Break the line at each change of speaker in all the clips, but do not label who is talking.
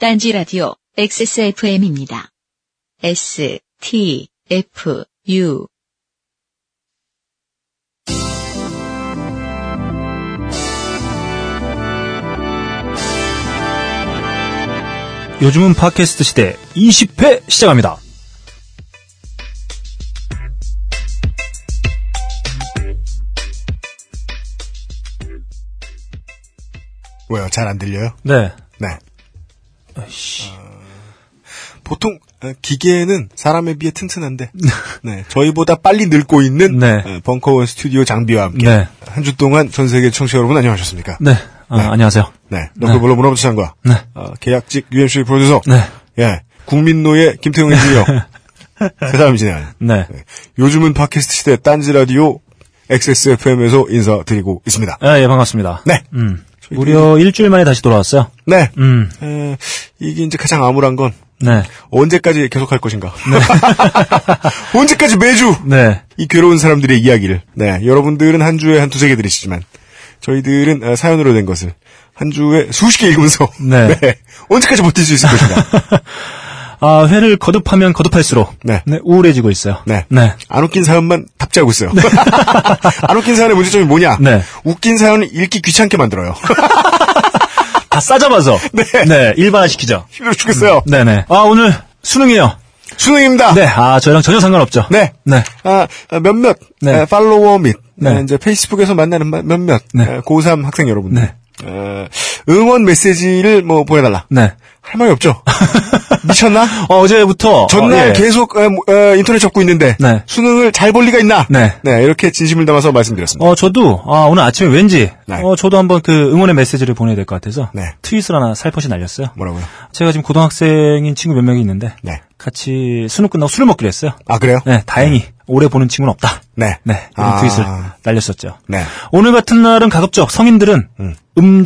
딴지 라디오 XSFM입니다. S, T, F, U.
요즘은 팟캐스트 시대 20회 시작합니다.
왜요? 잘 안 들려요?
네.
네. 어, 보통 어, 기계는 사람에 비해 튼튼한데 네, 저희보다 빨리 늙고 있는
네.
어, 벙커원 스튜디오 장비와 함께
네.
한 주 동안 전 세계 청취자 여러분 안녕하셨습니까?
네. 아,
네.
안녕하세요.
네. 럭클볼로 문화부터 장과
네.
어, 계약직 UMC 프로듀서
네.
예, 국민노예 김태용 이지요 세 사람이 진행하는
네.
네. 요즘은 팟캐스트 시대 딴지 라디오 XSFM에서 인사드리고 있습니다.
아, 예, 반갑습니다.
네.
음. 무려 일주일 만에 다시 돌아왔어요.
네.
음.
에, 이게 이제 가장 암울한 건
네.
언제까지 계속할 것인가? 언제까지 매주
네.
이 괴로운 사람들의 이야기를. 네, 여러분들은 한 주에 한 두세 개 들으시지만 저희들은 어, 사연으로 된 것을 한 주에 수십 개 읽으면서
네.
언제까지 버틸 수 있을 것인가?
아, 회를 거듭하면 거듭할수록
네.
우울해지고 있어요.
네.
네.
안 웃긴 사연만 답지하고 있어요. 안 웃긴 사연의 문제점이 뭐냐?
네.
웃긴 사연을 읽기 귀찮게 만들어요.
다 싸잡아서 네. 일반화시키죠.
힘들어 죽겠어요.
네, 네. 아, 오늘 수능이에요.
수능입니다.
네. 아, 저랑 전혀 상관없죠.
네.
네.
아, 아, 몇몇
네.
아, 팔로워 및
네.
아, 이제 페이스북에서 만나는 마- 몇몇 아,
네.
고3 학생 여러분들
네.
어, 응원 메시지를 뭐 보내달라
네.
할 말이 없죠 미쳤나?
어, 어제부터
전날
어, 예.
계속 어, 뭐, 어, 인터넷 접고 있는데
네.
수능을 잘 볼 리가 있나?
네.
이렇게 진심을 담아서 말씀드렸습니다.
어, 저도, 아, 오늘 아침에 왠지,
네.
어, 저도 한번 그 응원의 메시지를 보내야 될 것 같아서,
네.
트윗을 하나 살포시 날렸어요.
뭐라고요?
제가 지금 고등학생인 친구 몇 명이 있는데,
네.
같이 수능 끝나고 술을 먹기로 했어요.
아 그래요?
네, 다행히, 오래 보는 친구는 없다.
네.
네, 이런
아.
트윗을 날렸었죠.
네.
오늘 같은 날은 가급적 성인들은 음.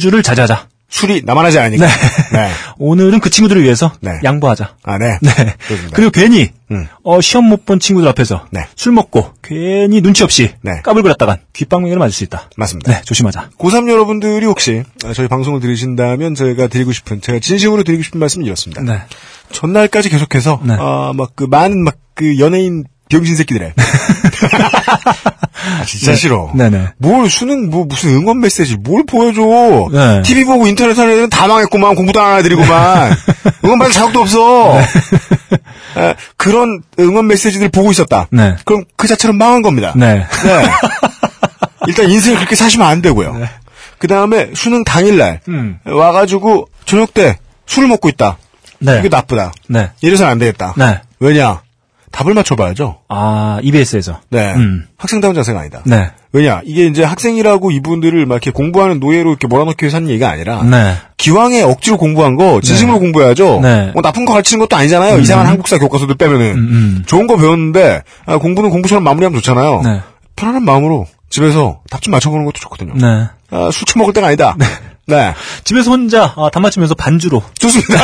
주를 자제하자.
술이 나만 하지 않으니까. 네.
오늘은 그 친구들을 위해서
네.
양보하자.
아 네.
네.
그렇습니다.
그리고 괜히,
음.
어, 시험 못 본 친구들 앞에서
네.
술 먹고 괜히 눈치 없이
네.
까불거렸다간 귓방망이를 맞을 수 있다.
맞습니다.
네, 조심하자.
고3 여러분들이 혹시 어, 저희 방송을 들으신다면 저희가 드리고 싶은 제가 진심으로 드리고 싶은 말씀은 이렇습니다.
네.
전날까지 계속해서
네.
아 막 그 많은 막 그 연예인 병신 새끼들의 아, 진짜
네.
싫어.
네네.
뭘 수능 뭐 무슨 응원 메시지 뭘 보여줘.
네.
TV 보고 인터넷 하는 애들은 다 망했구만 공부도 안 해드리고만 응원 받을 자격도 없어. 아, 그런 응원 메시지들 보고 있었다.
네.
그럼 그 자체로 망한 겁니다.
네.
네. 일단 인생을 그렇게 사시면 안 되고요. 그 다음에 수능 당일날
네. 음.
와가지고 저녁 때 술을 먹고 있다.
네.
이게 나쁘다.
네.
이래서는 안 되겠다.
네.
왜냐? 답을 맞춰봐야죠.
아, EBS에서.
네.
음.
학생다운 자세가 아니다.
네.
왜냐? 이게 이제 학생이라고 이분들을 막 이렇게 공부하는 노예로 이렇게 몰아넣기 위해서 하는 얘기가 아니라
네.
기왕에 억지로 공부한 거 진심으로 공부해야죠.
네.
뭐 나쁜 거 가르치는 것도 아니잖아요. 이상한 한국사 교과서들 빼면은
음.
좋은 거 배웠는데 아, 공부는 공부처럼 마무리하면 좋잖아요.
네.
편안한 마음으로 집에서 답 좀 맞춰보는 것도 좋거든요.
네.
아, 술 처먹을 때가 아니다. 네.
집에서 혼자 아, 단맞추면서 반주로
좋습니다.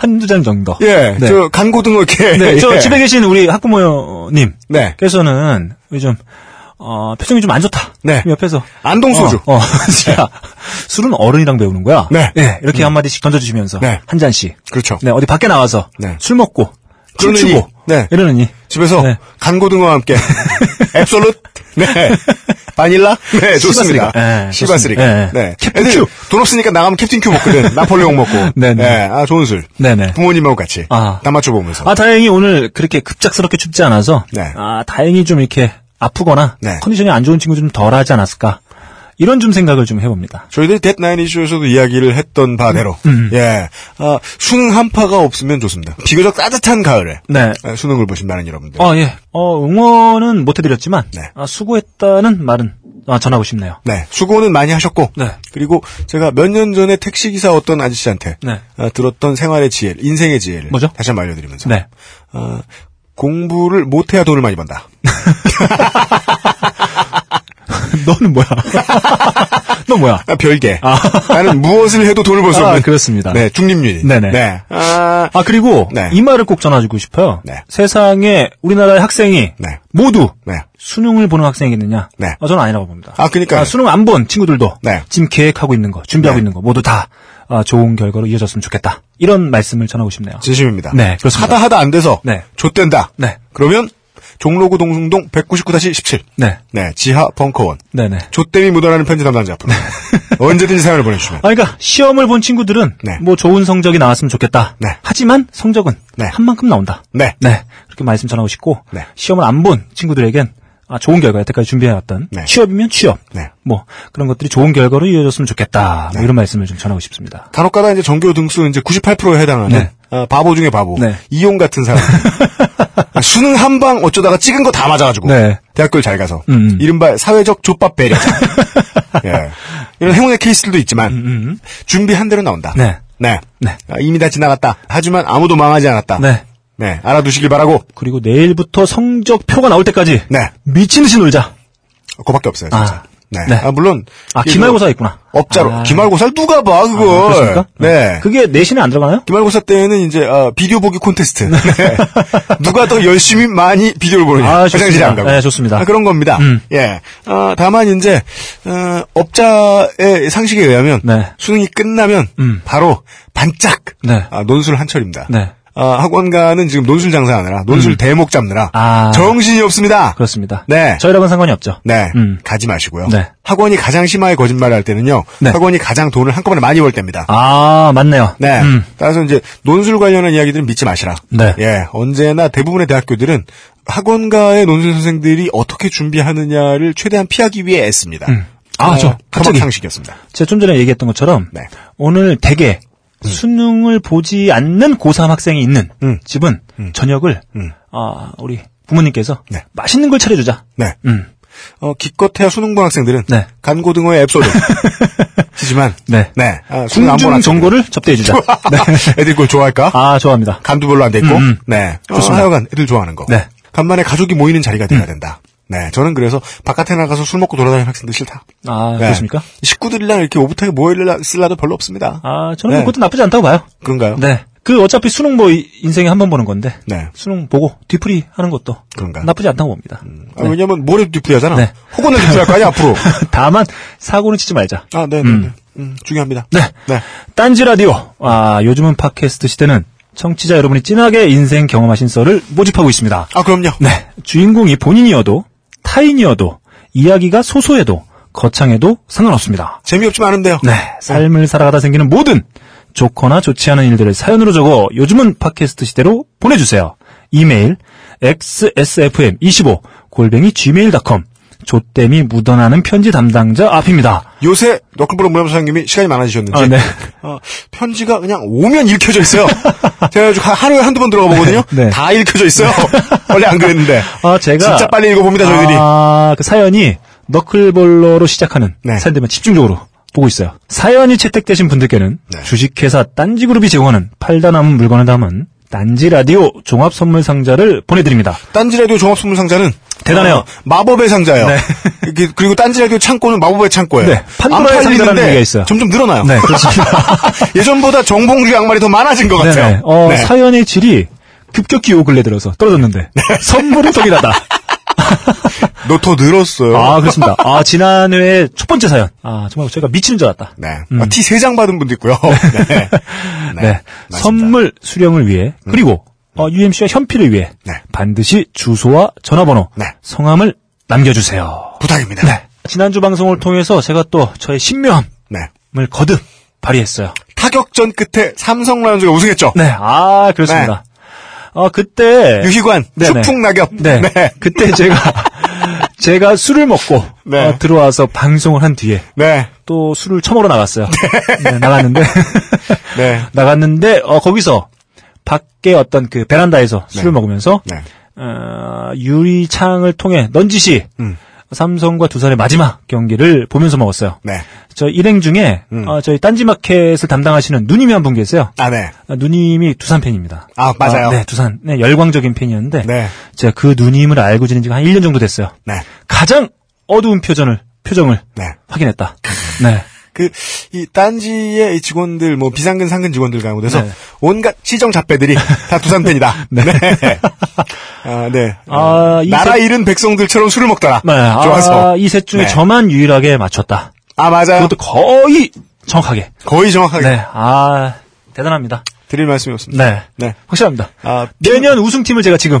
한두 장 정도.
예,
네.
저 간고등어 이렇게.
네, 저
예.
집에 계신 우리 학부모님.
네.
께서는 요즘 어, 표정이 좀 안 좋다.
네.
옆에서
안동소주.
어, 어, 야, 술은 어른이랑 배우는 거야.
네.
예, 이렇게 한 마디씩 던져주시면서
네.
한 잔씩.
그렇죠.
네, 어디 밖에 나와서
네.
술 먹고
그러느니,
춤추고
네.
이러느니
집에서
네.
간고등어와 함께 앱솔루트 네 바닐라 네 좋습니다
네,
시바스리가
좋습니다. 네.
네
캡틴
애들
큐.
돈 없으니까 나가면 캡틴 큐 먹거든 나폴레옹 먹고
네, 네.
네아 좋은 술
네네.
부모님하고 같이
아.
다 맞춰 보면서
아, 다행히 오늘 그렇게 급작스럽게 춥지 않아서,
네.
아, 다행히 좀 이렇게 아프거나,
네.
컨디션이 안 좋은 친구 좀 덜 하지 않았을까. 이런 좀 생각을 좀 해봅니다.
저희들이 데드나인 이슈에서도 이야기를 했던 바대로
음.
예 아, 수능 한파가 없으면 좋습니다 비교적 따뜻한 가을에
네.
아, 수능을 보신 많은 여러분들
어, 예. 어, 응원은 못해드렸지만,
네.
아, 수고했다는 말은, 아, 전하고 싶네요.
네 수고는 많이 하셨고
네.
그리고 제가 몇 년 전에 택시 기사 어떤 아저씨한테
네.
아, 들었던 생활의 지혜, 인생의 지혜를
뭐죠?
다시 한번 알려드리면서
네.
아, 공부를 못해야 돈을 많이 번다.
너는 뭐야? 너 뭐야?
아, 별개. 나는 무엇을 해도 돈을 벌 수
아,
없는.
그렇습니다.
네, 중립률이.
네네.
네. 아,
아, 그리고,
네.
이 말을 꼭 전해주고 싶어요.
네.
세상에 우리나라의 학생이,
네.
모두,
네.
수능을 보는 학생이겠느냐?
네.
아, 저는 아니라고 봅니다.
아, 그러니까요.
수능 안 본 친구들도
네.
지금 계획하고 있는 거, 준비하고
네.
있는 거 모두 다 어, 좋은 결과로 이어졌으면 좋겠다. 이런 말씀을 전하고 싶네요.
진심입니다.
네, 그렇습니다.
하다 하다 안 돼서
네.
좆된다.
네.
그러면 종로구 동숭동 199-17.
네.
네, 지하 벙커원.
네네. 아,
좆댐이 묻어나는 편지 담당자 앞으로 언제든지 사연을 보내주시면
아, 그러니까 시험을 본 친구들은
네.
뭐 좋은 성적이 나왔으면 좋겠다.
네.
하지만 성적은
네.
한 만큼 나온다.
네.
네. 그렇게 말씀 전하고 싶고
네.
시험을 안 본 친구들에겐 아, 좋은 결과 여태까지 준비해왔던
네.
취업이면 취업
네.
뭐 그런 것들이 좋은 결과로 이어졌으면 좋겠다. 뭐 이런 말씀을 좀 전하고 싶습니다.
간혹가다 이제 전교 등수 이제 98%에 해당하는
네.
어, 바보 중에 바보
네.
이용 같은 사람 수능 한 방 어쩌다가 찍은 거 다 맞아가지고
네.
대학교를 잘 가서
음.
이른바 사회적 족밥 배려자 예. 이런 행운의 케이스들도 있지만 준비한 대로 나온다
음, 네.
네.
네.
아, 이미 다 지나갔다 하지만 아무도 망하지 않았다
네.
네, 알아두시길 바라고
그리고 내일부터 성적표가 나올 때까지
네
미친 듯이 놀자.
그거밖에 없어요 진짜
아.
네.
네.
아, 물론
아
이게
기말고사 있구나.
뭐 업자로
아.
기말고사를 누가 봐 그걸
아, 그렇습니까?
네
그게 내신에 안 들어가나요?
기말고사 때는 이제 어, 비디오 보기 콘테스트 네. 누가 더 열심히 많이 비디오를 보느냐
아, 좋습니다.
화장실에 안 가고
네, 좋습니다.
아, 그런 겁니다
음.
예 어, 다만 이제 어, 업자의 상식에 의하면
네.
수능이 끝나면
음.
바로 반짝
네.
아, 논술 한철입니다
네. 음.
아, 학원가는 지금 논술 장사하느라 논술 대목 잡느라
아.
정신이 없습니다
그렇습니다.
네.
저희랑은 상관이 없죠.
네.
음.
가지 마시고요.
네.
학원이 가장 심하게 거짓말을 할 때는요.
네.
학원이 가장 돈을 한꺼번에 많이 벌 때입니다.
아 맞네요.
네.
음.
따라서 이제 논술 관련한 이야기들은 믿지 마시라.
네.
예. 언제나 대부분의 대학교들은 학원가의 논술 선생들이 어떻게 준비하느냐를 최대한 피하기 위해 애씁니다. 어,
아, 저 갑자기.
상식이었습니다.
제가 좀 전에 얘기했던 것처럼
네.
오늘 대개 수능을 보지 않는 고3 학생이 있는
음.
집은 저녁을 아 우리 부모님께서
네.
맛있는 걸 차려주자.
네.
음.
어, 기껏해야 수능본 학생들은
네.
간고등어의 앱소를 하지만
네.
네. 아, 수능 안 보는
궁중
학생들.
정보를 접대해주자. 네.
애들 그걸 좋아할까?
아 좋아합니다.
간도 별로 안 돼 있고,
음, 음.
네. 어,
좋습니다.
하여간 애들 좋아하는 거.
네. 음.
간만에 가족이 모이는 자리가 돼야 된다. 네. 저는 그래서 바깥에 나가서 술 먹고 돌아다니는 학생들 싫다.
아
네.
그렇습니까?
식구들이랑 이렇게 오붓하게 모여있을라도 별로 없습니다.
아 저는
네.
그것도 나쁘지 않다고 봐요.
그런가요?
네. 그 어차피 수능 뭐 이- 인생에 한 번 보는 건데
네.
수능 보고 뒤풀이 하는 것도
그런가요?
나쁘지 않다고 봅니다.
아, 왜냐면 모레도 뒤풀이하잖아.
네.
혹은 뒤풀이할 거 아니야, 앞으로.
다만 사고는 치지 말자.
아, 네네네. 음. 중요합니다.
네. 딴지 라디오. 아, 요즘은 팟캐스트 시대는 청취자 여러분이 진하게 인생 경험하신 썰을 모집하고 있습니다.
아, 그럼요.
네. 주인공이 본인이어도 타인이어도 이야기가 소소해도 거창해도 상관없습니다.
재미없지만 않은데요.
네. 삶을 살아가다 생기는 모든 좋거나 좋지 않은 일들을 사연으로 적어 요즘은 팟캐스트 시대로 보내주세요. 이메일 xsfm25 골뱅이 gmail.com 조땜이 묻어나는 편지 담당자 앞입니다.
요새 너클볼러 문화부 사장님이 시간이 많아지셨는지
아, 네.
어, 편지가 그냥 오면 읽혀져 있어요. 제가 요즘 한- 하루에 한두 번 들어가 보거든요.
네.
다 읽혀져 있어요. 원래 안 그랬는데.
아, 제가
진짜 빨리 읽어봅니다, 저희들이.
아, 그 사연이 너클볼러로 시작하는
네.
사연들만 집중적으로 보고 있어요. 사연이 채택되신 분들께는
네.
주식회사 딴지그룹이 제공하는 팔다 남은 물건을 담은 딴지 라디오 종합 선물 상자를 보내드립니다.
딴지 라디오 종합 선물 상자는 어,
대단해요.
마법의 상자예요.
네.
이게- 그리고 딴지 라디오 창고는 마법의 창고예요.
네, 판도라의
안 팔리는데
상자라는 얘기가 있어요.
점점 늘어나요.
네, 그렇습니다.
예전보다 정봉주 양말이 더 많아진 것 같아요.
네네. 어,
네.
사연의 질이 급격히 요 근래 들어서 떨어졌는데 선물은 동일하다.
노토 늘었어요.
아 그렇습니다. 아 지난해 첫 번째 사연. 아 정말 제가 미치는 줄 알았다.
네. 티 세 장 받은 분도 있고요. 네.
음. 네.
맞습니다. 음.
선물 수령을 위해 그리고 어, UMC와 현피를 위해
네.
반드시 주소와 전화번호,
네.
성함을 남겨주세요.
부탁입니다.
네. 지난주 방송을 통해서 제가 또 저의 신묘함을
네.
거듭 발휘했어요.
타격전 끝에 삼성 라이온즈가 우승했죠.
네, 아 그렇습니다.
네.
어 그때
유희관
네, 네.
추풍 낙엽.
네, 그때 제가 제가 술을 먹고
네.
어, 들어와서 방송을 한 뒤에
네.
또 술을 처먹으러 나갔어요. 네, 나갔는데
네.
나갔는데 어, 거기서 밖에 어떤 그 베란다에서 술을
네.
먹으면서
네.
어, 유리창을 통해 넌지시
음.
삼성과 두산의 마지막 경기를 보면서 먹었어요.
네.
저 일행 중에
음.
어, 저희 딴지마켓을 담당하시는 누님이 한 분 계세요.
아, 네.
아, 누님이 두산 팬입니다.
아, 맞아요.
네, 두산 네, 열광적인 팬이었는데
네.
제가 그 누님을 알고 지낸 지가 한 1년 정도 됐어요.
네.
가장 어두운 표정을 표정을
네.
확인했다. 네.
그, 이 딴지의 이 직원들, 뭐, 비상근, 상근 직원들 가운데서
네.
온갖 시정 잡배들이 다 두산 팬이다. 네. 아, 네.
아, 이
나라
셋-
잃은 백성들처럼 술을 먹더라.
네.
좋아서.
아, 이 셋 중에
네.
저만 유일하게 맞췄다.
아, 맞아요.
그것도 거의 정확하게.
거의 정확하게
네. 아, 대단합니다.
드릴 말씀이었습니다.
네.
네.
확실합니다.
아,
내년 우승팀을 제가 지금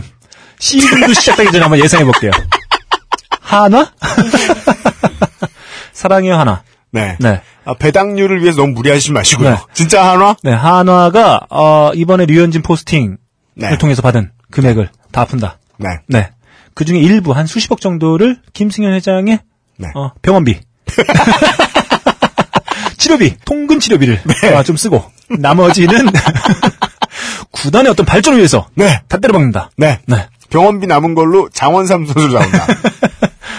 시즌도 시작하기 전에 한번 예상해 볼게요. 하나? 사랑해요, 하나.
네.
네.
아, 배당률을 위해서 너무 무리하시지 마시고요.
네.
진짜 한화?
네, 한화가 어, 이번에 류현진 포스팅을
네.
통해서 받은 금액을 다 푼다.
네.
네. 그 중에 일부 한 수십억 정도를 김승현 회장의
네.
어, 병원비, 치료비, 통근 치료비를
네.
어, 좀 쓰고 나머지는 구단의 어떤 발전을 위해서
네.
다 때려박는다.
네.
네.
병원비 남은 걸로 장원삼 선수를 나온다.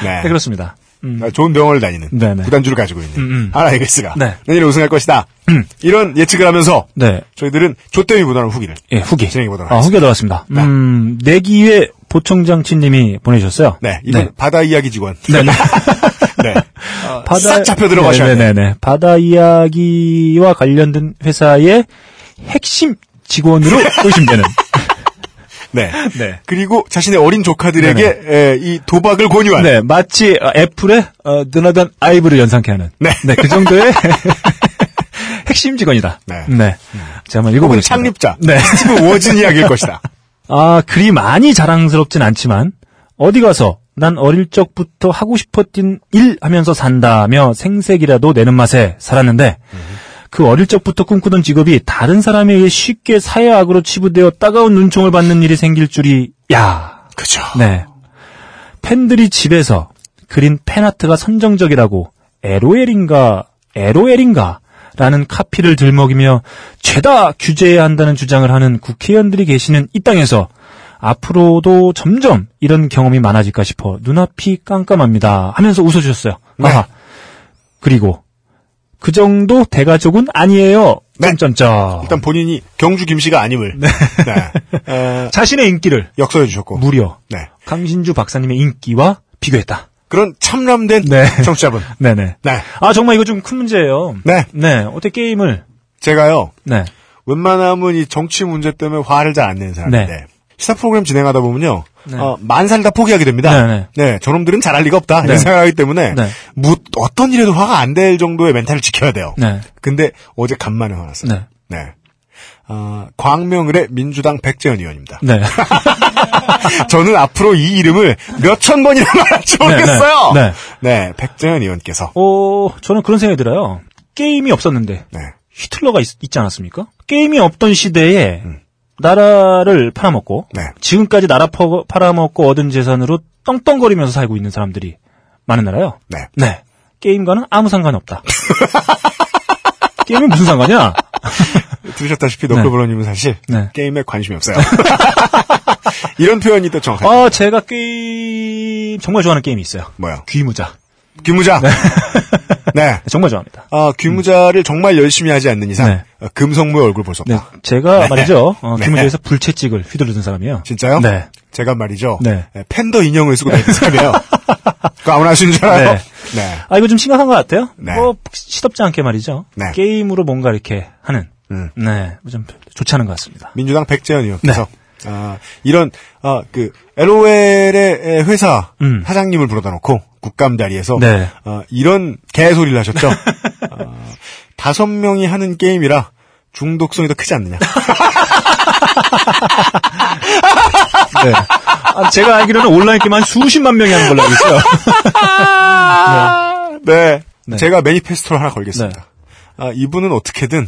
네.
네, 그렇습니다. 음,
아, 좋은 병원을 다니는
네네. 음,
구단주를 가지고 있는 하나이글스가
네. 음.
내년에 우승할 것이다. 이런 예측을 하면서
네.
저희들은 조땜이 보다는 후기를
예, 후기.
진행해보도록
아,
하겠습니다.
후기가 나왔습니다. 음, 내기의 보청장치님이 보내주셨어요.
네, 이번 바다 이야기 직원.
네, 네.
네. 싹 잡혀 들어가셔야
네네네. 바다 이야기와 관련된 회사의 핵심 직원으로 보시면 되는.
네.
네.
그리고 자신의 어린 조카들에게 에, 이 도박을 권유한
네, 마치 어, 애플의 어, 드나단 아이브를 연상케 하는.
네.
그 정도의 핵심 직원이다.
네.
제가 한번 읽어보겠습니다.
창립자
네.
스티브 워진 이야기일 것이다.
아, 그리 많이 자랑스럽진 않지만, 어디 가서 난 어릴 적부터 하고 싶었던 일 하면서 산다며 생색이라도 내는 맛에 살았는데, 그 어릴 적부터 꿈꾸던 직업이 다른 사람에 의해 쉽게 사회악으로 치부되어 따가운 눈총을 받는 일이 생길 줄이, 야.
그죠.
네. 팬들이 집에서 그린 팬아트가 선정적이라고 LOL인가, LOL인가 라는 카피를 들먹이며 죄다 규제해야 한다는 주장을 하는 국회의원들이 계시는 이 땅에서 앞으로도 점점 이런 경험이 많아질까 싶어 눈앞이 깜깜합니다 하면서 웃어주셨어요.
네.
아하. 그리고 그 정도 대가족은 아니에요.
네.
점점점.
일단 본인이 경주 김씨가 아님을 네. 어,
자신의 인기를
역설해 주셨고.
무려
네.
강신주 박사님의 인기와 비교했다.
그런 참람된
네.
청취자분.
네네.
네.
아 정말 이거 좀 큰 문제예요.
네.
네, 어떻게 게임을
제가요.
네,
웬만하면 이 정치 문제 때문에 화를 잘 안 내는 사람인데
네.
시사 프로그램 진행하다 보면요.
네.
어, 만살 다 포기하게 됩니다.
네,
저놈들은 잘할 리가 없다.
네.
이런 생각하기 때문에
네.
무, 어떤 일에도 화가 안 될 정도의 멘탈을 지켜야 돼요.
네,
근데 어제 간만에 화났어요.
네,
네. 어, 광명을의 민주당 백재현 의원입니다.
네.
저는 앞으로 이 이름을 몇천 번이나 말할지 모르겠어요.
네,
네, 백재현 의원께서.
어, 저는 그런 생각이 들어요. 게임이 없었는데
네.
히틀러가 있, 지 않았습니까? 게임이 없던 시대에 나라를 팔아먹고
음. 네.
지금까지 나라 퍼- 팔아먹고 얻은 재산으로 떵떵거리면서 살고 있는 사람들이 많은 나라요.
네.
네, 게임과는 아무 상관이 없다. 게임이 무슨 상관이야?
네. 들으셨다시피 너클버러님은 사실
네.
게임에 관심이 없어요. 이런 표현이 또 정확해요.
아, 제가 게임 정말 좋아하는 게임이 있어요.
뭐요?
귀무자.
귀무자. 네.
정말 좋아합니다.
아, 귀무자를 정말 열심히 하지 않는 이상
네.
어, 금성무의 얼굴 볼 수 없다.
네, 제가
네.
말이죠. 어,
네.
김우주에서 불채찍을 휘두르던 사람이에요.
진짜요?
네.
제가 말이죠.
네.
에, 팬더 인형을 쓰고 다니는 사람이에요. 그거 아무나 할 수 있는 줄 알아요?
네.
네.
아, 이거 좀 심각한 것 같아요.
네.
뭐, 시덥지 않게 말이죠.
네.
게임으로 뭔가 이렇게 하는.
음.
네. 좀 좋지 않은 것 같습니다.
민주당 백재현 의원께서
네.
아, 이런 아, 그 LOL의 회사
음.
사장님을 불러다 놓고 국감 자리에서
네.
아, 이런 개소리를 하셨죠. 아, 다섯 명이 하는 게임이라 중독성이 더 크지 않느냐.
네. 아, 제가 알기로는 온라인 게임 한 수십만 명이 하는 걸로 알고 있어요.
네.
네.
제가 매니페스토를 하나 걸겠습니다. 아, 이분은 어떻게든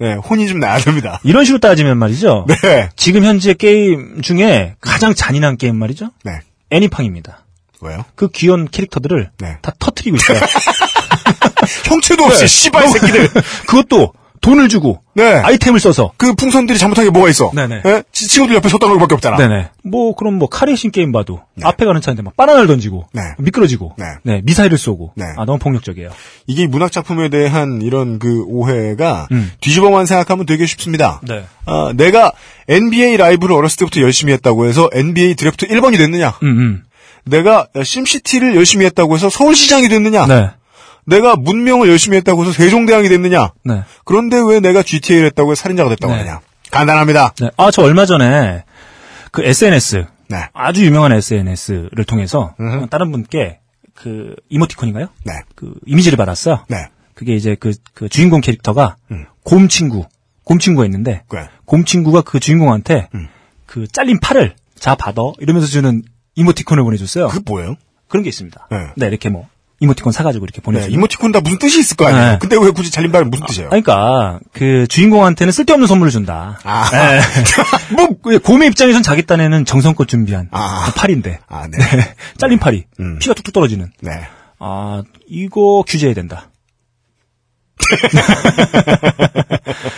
네, 혼이 좀 나야 됩니다.
이런 식으로 따지면 말이죠.
네.
지금 현재 게임 중에 가장 잔인한 게임 말이죠.
네.
애니팡입니다.
왜요?
그 귀여운 캐릭터들을
네.
다 터트리고 있어요.
형체도 없이
네.
씨발 새끼들.
그것도 돈을 주고
네.
아이템을 써서
그 풍선들이 잘못한 게 뭐가 있어?
네네.
예? 지- 친구들 옆에 섰다는 것밖에 없잖아.
네네. 뭐 그럼 뭐 카레이싱 게임 봐도 앞에 가는 차인데 막 바나나를 던지고
네.
미끄러지고
네.
미사일을 쏘고
네.
아 너무 폭력적이에요.
이게 문학 작품에 대한 이런 그 오해가
음.
뒤집어만 생각하면 되게 쉽습니다.
네.
아, 내가 NBA 라이브를 어렸을 때부터 열심히 했다고 해서 NBA 드래프트 1번이 됐느냐?
음,
내가 심시티를 열심히 했다고 해서 서울시장이 됐느냐?
음. 네.
내가 문명을 열심히 했다고 해서 세종대왕이 됐느냐?
네.
그런데 왜 내가 GTA를 했다고 해서 살인자가 됐다고
네.
하느냐? 간단합니다.
네. 아 저 얼마 전에 그 SNS
네.
아주 유명한 SNS를 통해서 다른 분께 그 이모티콘인가요?
네.
그 이미지를 받았어.
네. 음.
그게 이제 그, 그 주인공 캐릭터가 곰 친구, 곰 친구가 있는데
네.
곰 친구가 그 주인공한테
음.
그 잘린 팔을 자 받아 이러면서 주는 이모티콘을 보내줬어요.
그게 뭐예요?
그런 게 있습니다.
네.
네. 이렇게 뭐 이모티콘 사가지고 이렇게
네,
보내주고.
이모티콘 다 무슨 뜻이 있을 거 아니에요?
네.
근데 왜 굳이 잘린 발은 무슨 뜻이에요?
아니, 그러니까 그 주인공한테는 쓸데없는 선물을 준다.
아.
네. 뭐 곰의 입장에선 자기 딴에는 정성껏 준비한
아.
그 팔인데
아, 네.
잘린 팔이
음.
피가 툭툭 떨어지는.
네.
아 이거 규제해야 된다.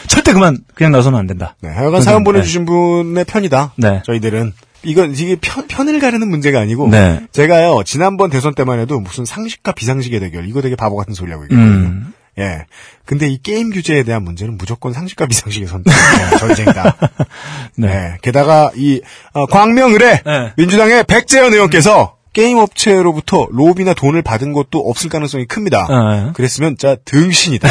절대 그만 그냥 나서는 안 된다.
네, 하여간
그래서,
사연 보내주신 분의 편이다.
그러니까, 네.
저희들은. 이건, 이게 편, 편을 가르는 문제가 아니고.
네.
제가요, 지난번 대선 때만 해도 무슨 상식과 비상식의 대결, 이거 되게 바보 같은 소리라고 얘기했거든요.
음.
예. 근데 이 게임 규제에 대한 문제는 무조건 상식과 비상식의 선, 네, 전쟁이다.
네.
예. 게다가 이, 어, 광명을에
네.
민주당의 백재현 의원께서 게임 업체로부터 로비나 돈을 받은 것도 없을 가능성이 큽니다.
네.
그랬으면 진짜 등신이다.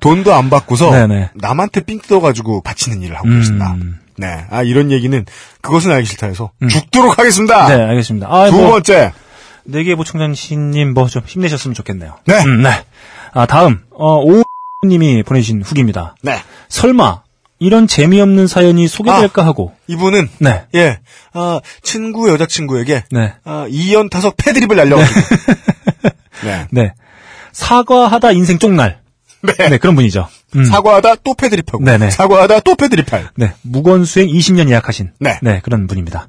돈도 안 받고서
네네.
남한테 삥 뜯어가지고 바치는 일을 하고
음.
계신다. 네. 아, 이런 얘기는 그것은 알기 싫다 해서 죽도록
음.
하겠습니다.
네, 알겠습니다. 아,
두
뭐,
번째.
네개보 총장님 뭐 좀 힘내셨으면 좋겠네요.
네.
음, 네. 아, 다음. 어, 오님이 보내주신 후기입니다.
네.
설마 이런 재미없는 사연이 소개될까 하고.
이분은
네.
예. 아, 친구 여자친구에게
네.
아, 이연타석 패드립을 날려가지고. 네.
네. 사과하다 인생 쪽날. 네. 그런 분이죠. 음.
사과하다 또 패드립하고.
네네.
사과하다 또 패드립할.
네. 무건수행 20년 예약하신.
네.
그런 분입니다.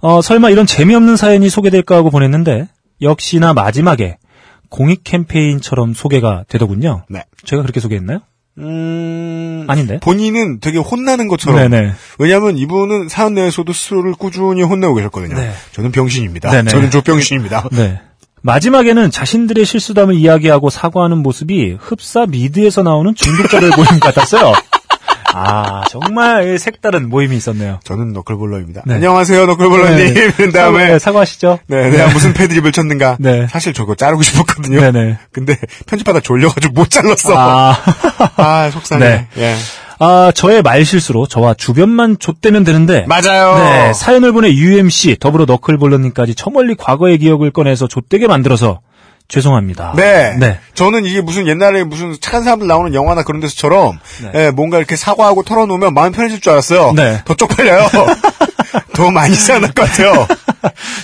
어, 설마 이런 재미없는 사연이 소개될까 하고 보냈는데 역시나 마지막에 공익 캠페인처럼 소개가 되더군요.
네.
제가 그렇게 소개했나요?
음.
아닌데.
본인은 되게 혼나는 것처럼.
네네.
왜냐하면 이분은 사연 내에서도 스스로를 꾸준히 혼내고 계셨거든요.
네.
저는 병신입니다.
네네.
저는 조병신입니다.
네. 마지막에는 자신들의 실수담을 이야기하고 사과하는 모습이 흡사 미드에서 나오는 중독자들 모임 같았어요. 아, 정말 색다른 모임이 있었네요.
저는 너클볼러입니다.
네.
안녕하세요, 너클볼러님.
사과,
그 다음에
시죠
네, 내가 무슨 패드립을 쳤는가.
네.
사실 저거 자르고 싶었거든요.
네네.
근데 편집하다 졸려가지고 못 잘랐어. 아,
아,
속상해.
네.
예.
아, 저의 말 실수로 저와 주변만 좆대면 되는데.
맞아요.
네, 사연을 보내 UMC, 더불어 너클볼러님까지 저 멀리 과거의 기억을 꺼내서 좆대게 만들어서 죄송합니다.
네.
네.
저는 이게 무슨 옛날에 무슨 착한 사람들 나오는 영화나 그런 데서처럼
네.
예, 뭔가 이렇게 사과하고 털어놓으면 마음 편해질 줄 알았어요.
네.
더 쪽팔려요. 더 많이 쓰지 않을 것 같아요.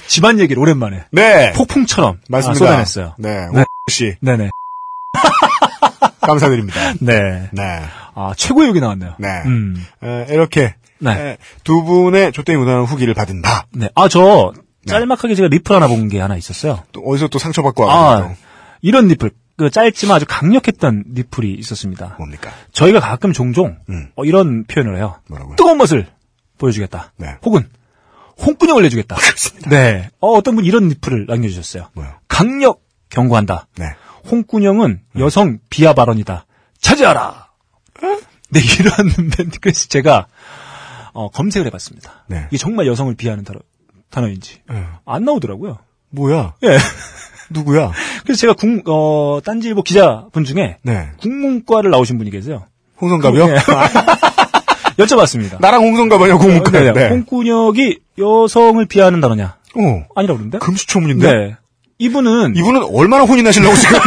집안 얘기를 오랜만에.
네.
폭풍처럼.
맞습니다.
아, 쏟아냈어요.
네.
네.
오씨
네네.
감사드립니다.
네.
네.
아, 최고의 욕이 나왔네요.
네.
음.
에, 이렇게
네.
에, 두 분의 조땡이 무단한 후기를 받은다.
네. 아, 저, 짤막하게 제가 리플 하나 본 게 하나 있었어요.
또 어디서 또 상처받고
아,
와가지고
이런 리플. 그 짧지만 아주 강력했던 리플이 있었습니다.
뭡니까?
저희가 가끔 종종
뭐? 음.
어, 이런 표현을 해요.
뭐라고요?
뜨거운 맛을 보여주겠다.
네.
혹은 홍군형을 내주겠다. 네. 어, 어떤 분 이런 리플을 남겨주셨어요.
뭐요?
강력 경고한다.
네.
홍군형은 여성 비하 발언이다. 차지하라. 네, 이런 멘트. 그래서 제가 어, 검색을 해봤습니다.
네.
이게 정말 여성을 비하하는 단어, 단어인지
예.
안 나오더라고요.
뭐야?
예.
누구야?
그래서 제가 궁, 어, 딴지일보 기자분 중에
네.
국문과를 나오신 분이 계세요.
홍성갑이요?
네. 여쭤봤습니다.
나랑 홍성갑 아니야? 공문과.
네,
네.
네. 홍군역이 여성을 비하하는 단어냐?
어.
아니라고 그러는데?
금수초문인데.
네. 이분은
이분은 얼마나 혼이 나시려고 지금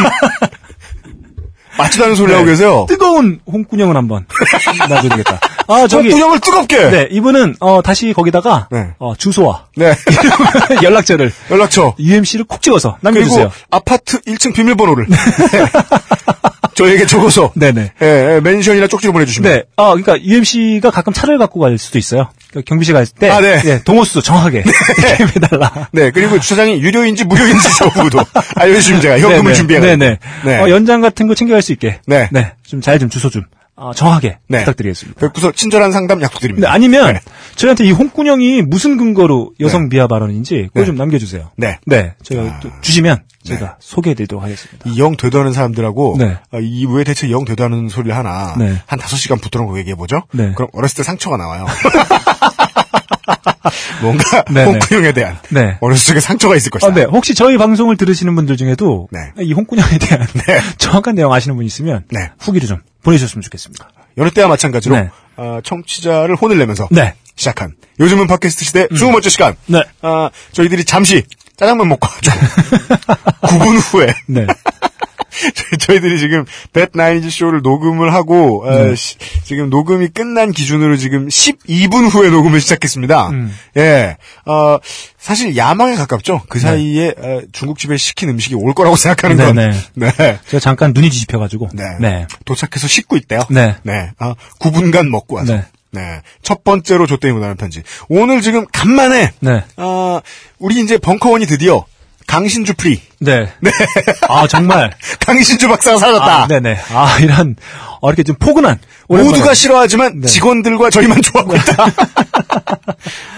맞지도 않은 소리 하고 계세요.
네. 뜨거운 홍군형을 한번 놔줘야겠다. 아, 저기.
홍군형을 뜨겁게.
네, 이분은, 어, 다시 거기다가,
네.
어, 주소와
네.
연락처를,
연락처.
UMC를 콕 찍어서
그리고
남겨주세요.
아파트 1층 비밀번호를 네. 저에게 적어서
네네.
예, 예, 맨션이나 쪽지로 보내주시면
네, 아, 그러니까 UMC가 가끔 차를 갖고 갈 수도 있어요. 그러니까 경비실 갈 때,
아, 네.
예, 동호수 정확하게 이렇게 해달라.
네, 그리고 주차장이 유료인지 무료인지 정보도 알려주시면 제가 현금을
네네.
준비해요.
네네.
네.
어, 연장 같은 거 챙겨갈 수 있게.
네.
좀 잘 좀 주소 좀 아, 정확하게
네.
부탁드리겠습니다.
뵙고서 친절한 상담
근데
약속드립니다.
아니면
네.
저희한테 이 홍군형이 무슨 근거로 여성 비하 발언인지 그거
네.
좀 남겨주세요.
네.
네, 저희가 또 주시면 저희가 소개해드리도록 하겠습니다.
이 영 되도 않은 사람들하고
네.
아, 이왜 대체 영 되도 않은 소리를 하나
네.
한 다섯 시간 붙도록 얘기해 보죠.
네.
그럼 어렸을 때 상처가 나와요. 뭔가
네,
홍구형에 대한
네.
어렸을 적에 상처가 있을 것이다.
아, 네. 혹시 저희 방송을 들으시는 분들 중에도
네.
이 홍군형에 대한 정확한 내용 아시는 분 있으면
네.
후기를 좀 보내주셨으면 좋겠습니다.
여느 때와 마찬가지로
네.
아, 청취자를 혼을 내면서
네.
시작한 요즘은 팟캐스트 시대 20번째 시간.
네.
아, 저희들이 잠시 짜장면 먹고 가죠. 9분 후에
네.
저희들이 지금 배트나인즈 쇼를 녹음을 하고 어,
네.
시- 지금 녹음이 끝난 기준으로 지금 12분 후에 녹음을 시작했습니다. 예, 어, 사실 야망에 가깝죠. 그 사이에 어, 중국집에 시킨 음식이 올 거라고 생각하는 건.
네. 네네.
네.
제가 잠깐 눈이 뒤집혀가지고.
네.
네.
도착해서 씻고 있대요.
네.
아, 9분간 먹고 와서.
네.
네. 첫 번째로 조땡이 문화는 편지. 오늘 지금 간만에,
네.
아, 우리 이제 벙커원이 드디어 강신주 프리.
네. 아, 정말.
강신주 박사가 사라졌다.
아, 네네. 아, 이런, 어, 이렇게 좀 포근한. 오랜만에. 네.
모두가 싫어하지만 직원들과 저희만 좋아하고 있다.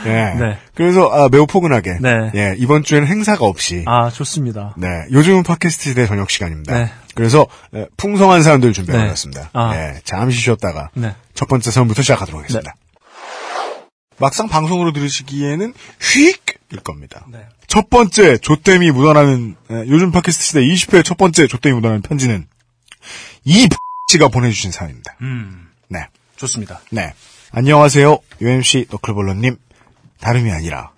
네.
네.
그래서 아, 매우 포근하게.
네.
예, 이번 주에는 행사가 없이.
아, 좋습니다.
네. 요즘은 팟캐스트 시대 저녁 시간입니다.
네.
그래서 예, 풍성한 사연들 준비해
네.
놨습니다.
아.
예, 잠시 쉬었다가
네.
첫 번째 사연부터 시작하도록 하겠습니다. 막상 방송으로 들으시기에는 휙일 겁니다.
네.
첫 번째 조땜이 묻어나는 예, 요즘 팟캐스트 시대 20회 첫 번째 조땜이 묻어나는 편지는 이 씨가 보내주신 사연입니다.
음,
네.
좋습니다.
네. 안녕하세요. UMC 너클볼러님. 다름이 아니라,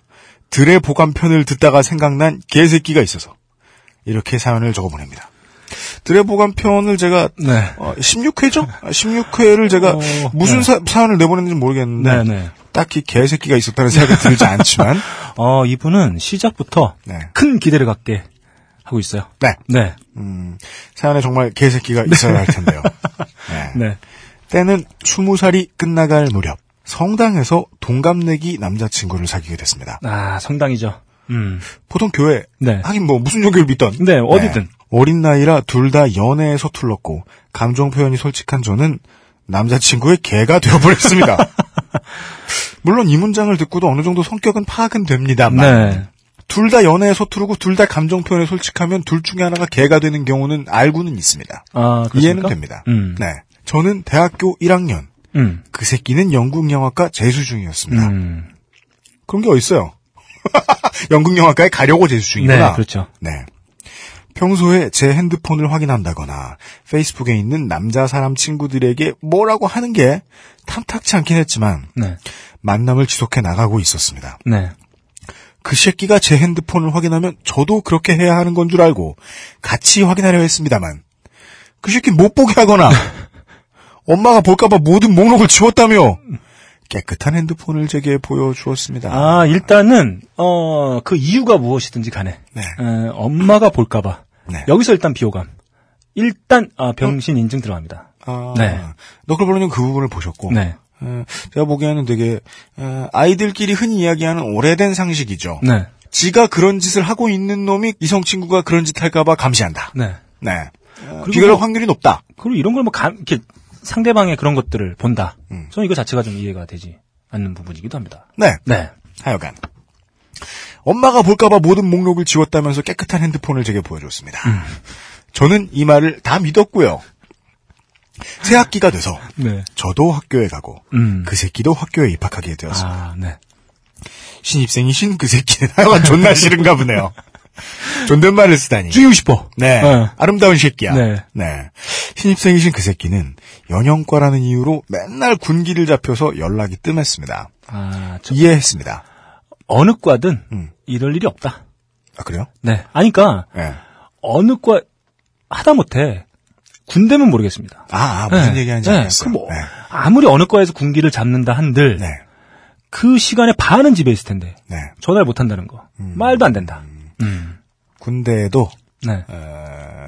들의 보관편을 듣다가 생각난 개새끼가 있어서, 이렇게 사연을 적어 보냅니다. 들의 보관편을 제가, 어,
네.
16회죠? 아, 16회를 제가
어,
무슨
네.
사, 사연을 내보냈는지 모르겠는데,
네네.
딱히 개새끼가 있었다는 생각이 들지 않지만,
어, 이분은 시작부터
네.
큰 기대를 갖게 하고 있어요.
네.
네.
음, 사연에 정말 개새끼가 있어야 할 텐데요. 네.
네.
때는 스무 살이 끝나갈 무렵, 성당에서 동갑내기 남자친구를 사귀게 됐습니다.
아, 성당이죠. 음.
보통 교회
네.
하긴 뭐 무슨 종교를 믿던
네, 어디든.
어린 나이라 둘 다 연애에 서툴렀고 감정 표현이 솔직한 저는 남자친구의 개가 되어버렸습니다. 물론 이 문장을 듣고도 어느 정도 성격은 파악은 됩니다만
네.
둘 다 연애에 서투르고 둘 다 감정 표현에 솔직하면 둘 중에 하나가 개가 되는 경우는 알고는 있습니다.
아, 그렇습니까?
이해는 됩니다.
음.
네, 저는 대학교 1학년
음.
그 새끼는 영국영화과 재수 중이었습니다.
음.
그런 게 어딨어요. 연극영화과에 가려고 재수
네,
중이구나.
그렇죠.
네. 평소에 제 핸드폰을 확인한다거나 페이스북에 있는 남자 사람 친구들에게 뭐라고 하는 게 탐탁치 않긴 했지만
네.
만남을 지속해 나가고 있었습니다.
네.
그 새끼가 제 핸드폰을 확인하면 저도 그렇게 해야 하는 건 줄 알고 같이 확인하려 했습니다만 그 새끼 못 보게 하거나 엄마가 볼까봐 모든 목록을 지웠다며 깨끗한 핸드폰을 제게 보여주었습니다.
아, 일단은, 어, 그 이유가 무엇이든지 간에.
네.
어, 엄마가 볼까봐.
네.
여기서 일단 비호감. 일단, 아, 병신 인증 들어갑니다.
아,
네.
너클볼러님 그 부분을 보셨고
네.
어, 제가 보기에는 되게 어, 아이들끼리 흔히 이야기하는 오래된 상식이죠.
네.
지가 그런 짓을 하고 있는 놈이 이성 친구가 그런 짓 할까봐 감시한다.
네.
네.
그리고
비교할
뭐-
확률이 높다.
그리고 이런 걸 뭐, 감, 이렇게 상대방의 그런 것들을 본다.
음.
저는 이거 자체가 좀 이해가 되지 않는 부분이기도 합니다.
네.
네.
하여간 엄마가 볼까봐 모든 목록을 지웠다면서 깨끗한 핸드폰을 제게 보여줬습니다.
음.
저는 이 말을 다 믿었고요. 새 학기가 돼서
네.
저도 학교에 가고
음.
그 새끼도 학교에 입학하게 되었습니다.
아, 네.
신입생이신 그 새끼는 하여간 존나 싫은가 보네요. 존댓말을 쓰다니.
죽이고 싶어.
네.
네.
아름다운 새끼야.
네.
네. 신입생이신 그 새끼는 연영과라는 이유로 맨날 군기를 잡혀서 연락이 뜸했습니다.
아, 저,
이해했습니다.
어느 과든
음.
이럴 일이 없다.
아, 그래요?
네. 아니까
네.
어느 과 하다 못해 군대면 모르겠습니다.
아, 아, 무슨
네.
얘기하는지
네.
알겠어요.
그 뭐,
네.
아무리 어느 과에서 군기를 잡는다 한들
네.
그 시간에 반은 집에 있을 텐데
네.
전화를 못 한다는 거
음.
말도 안 된다.
군대에도,
네.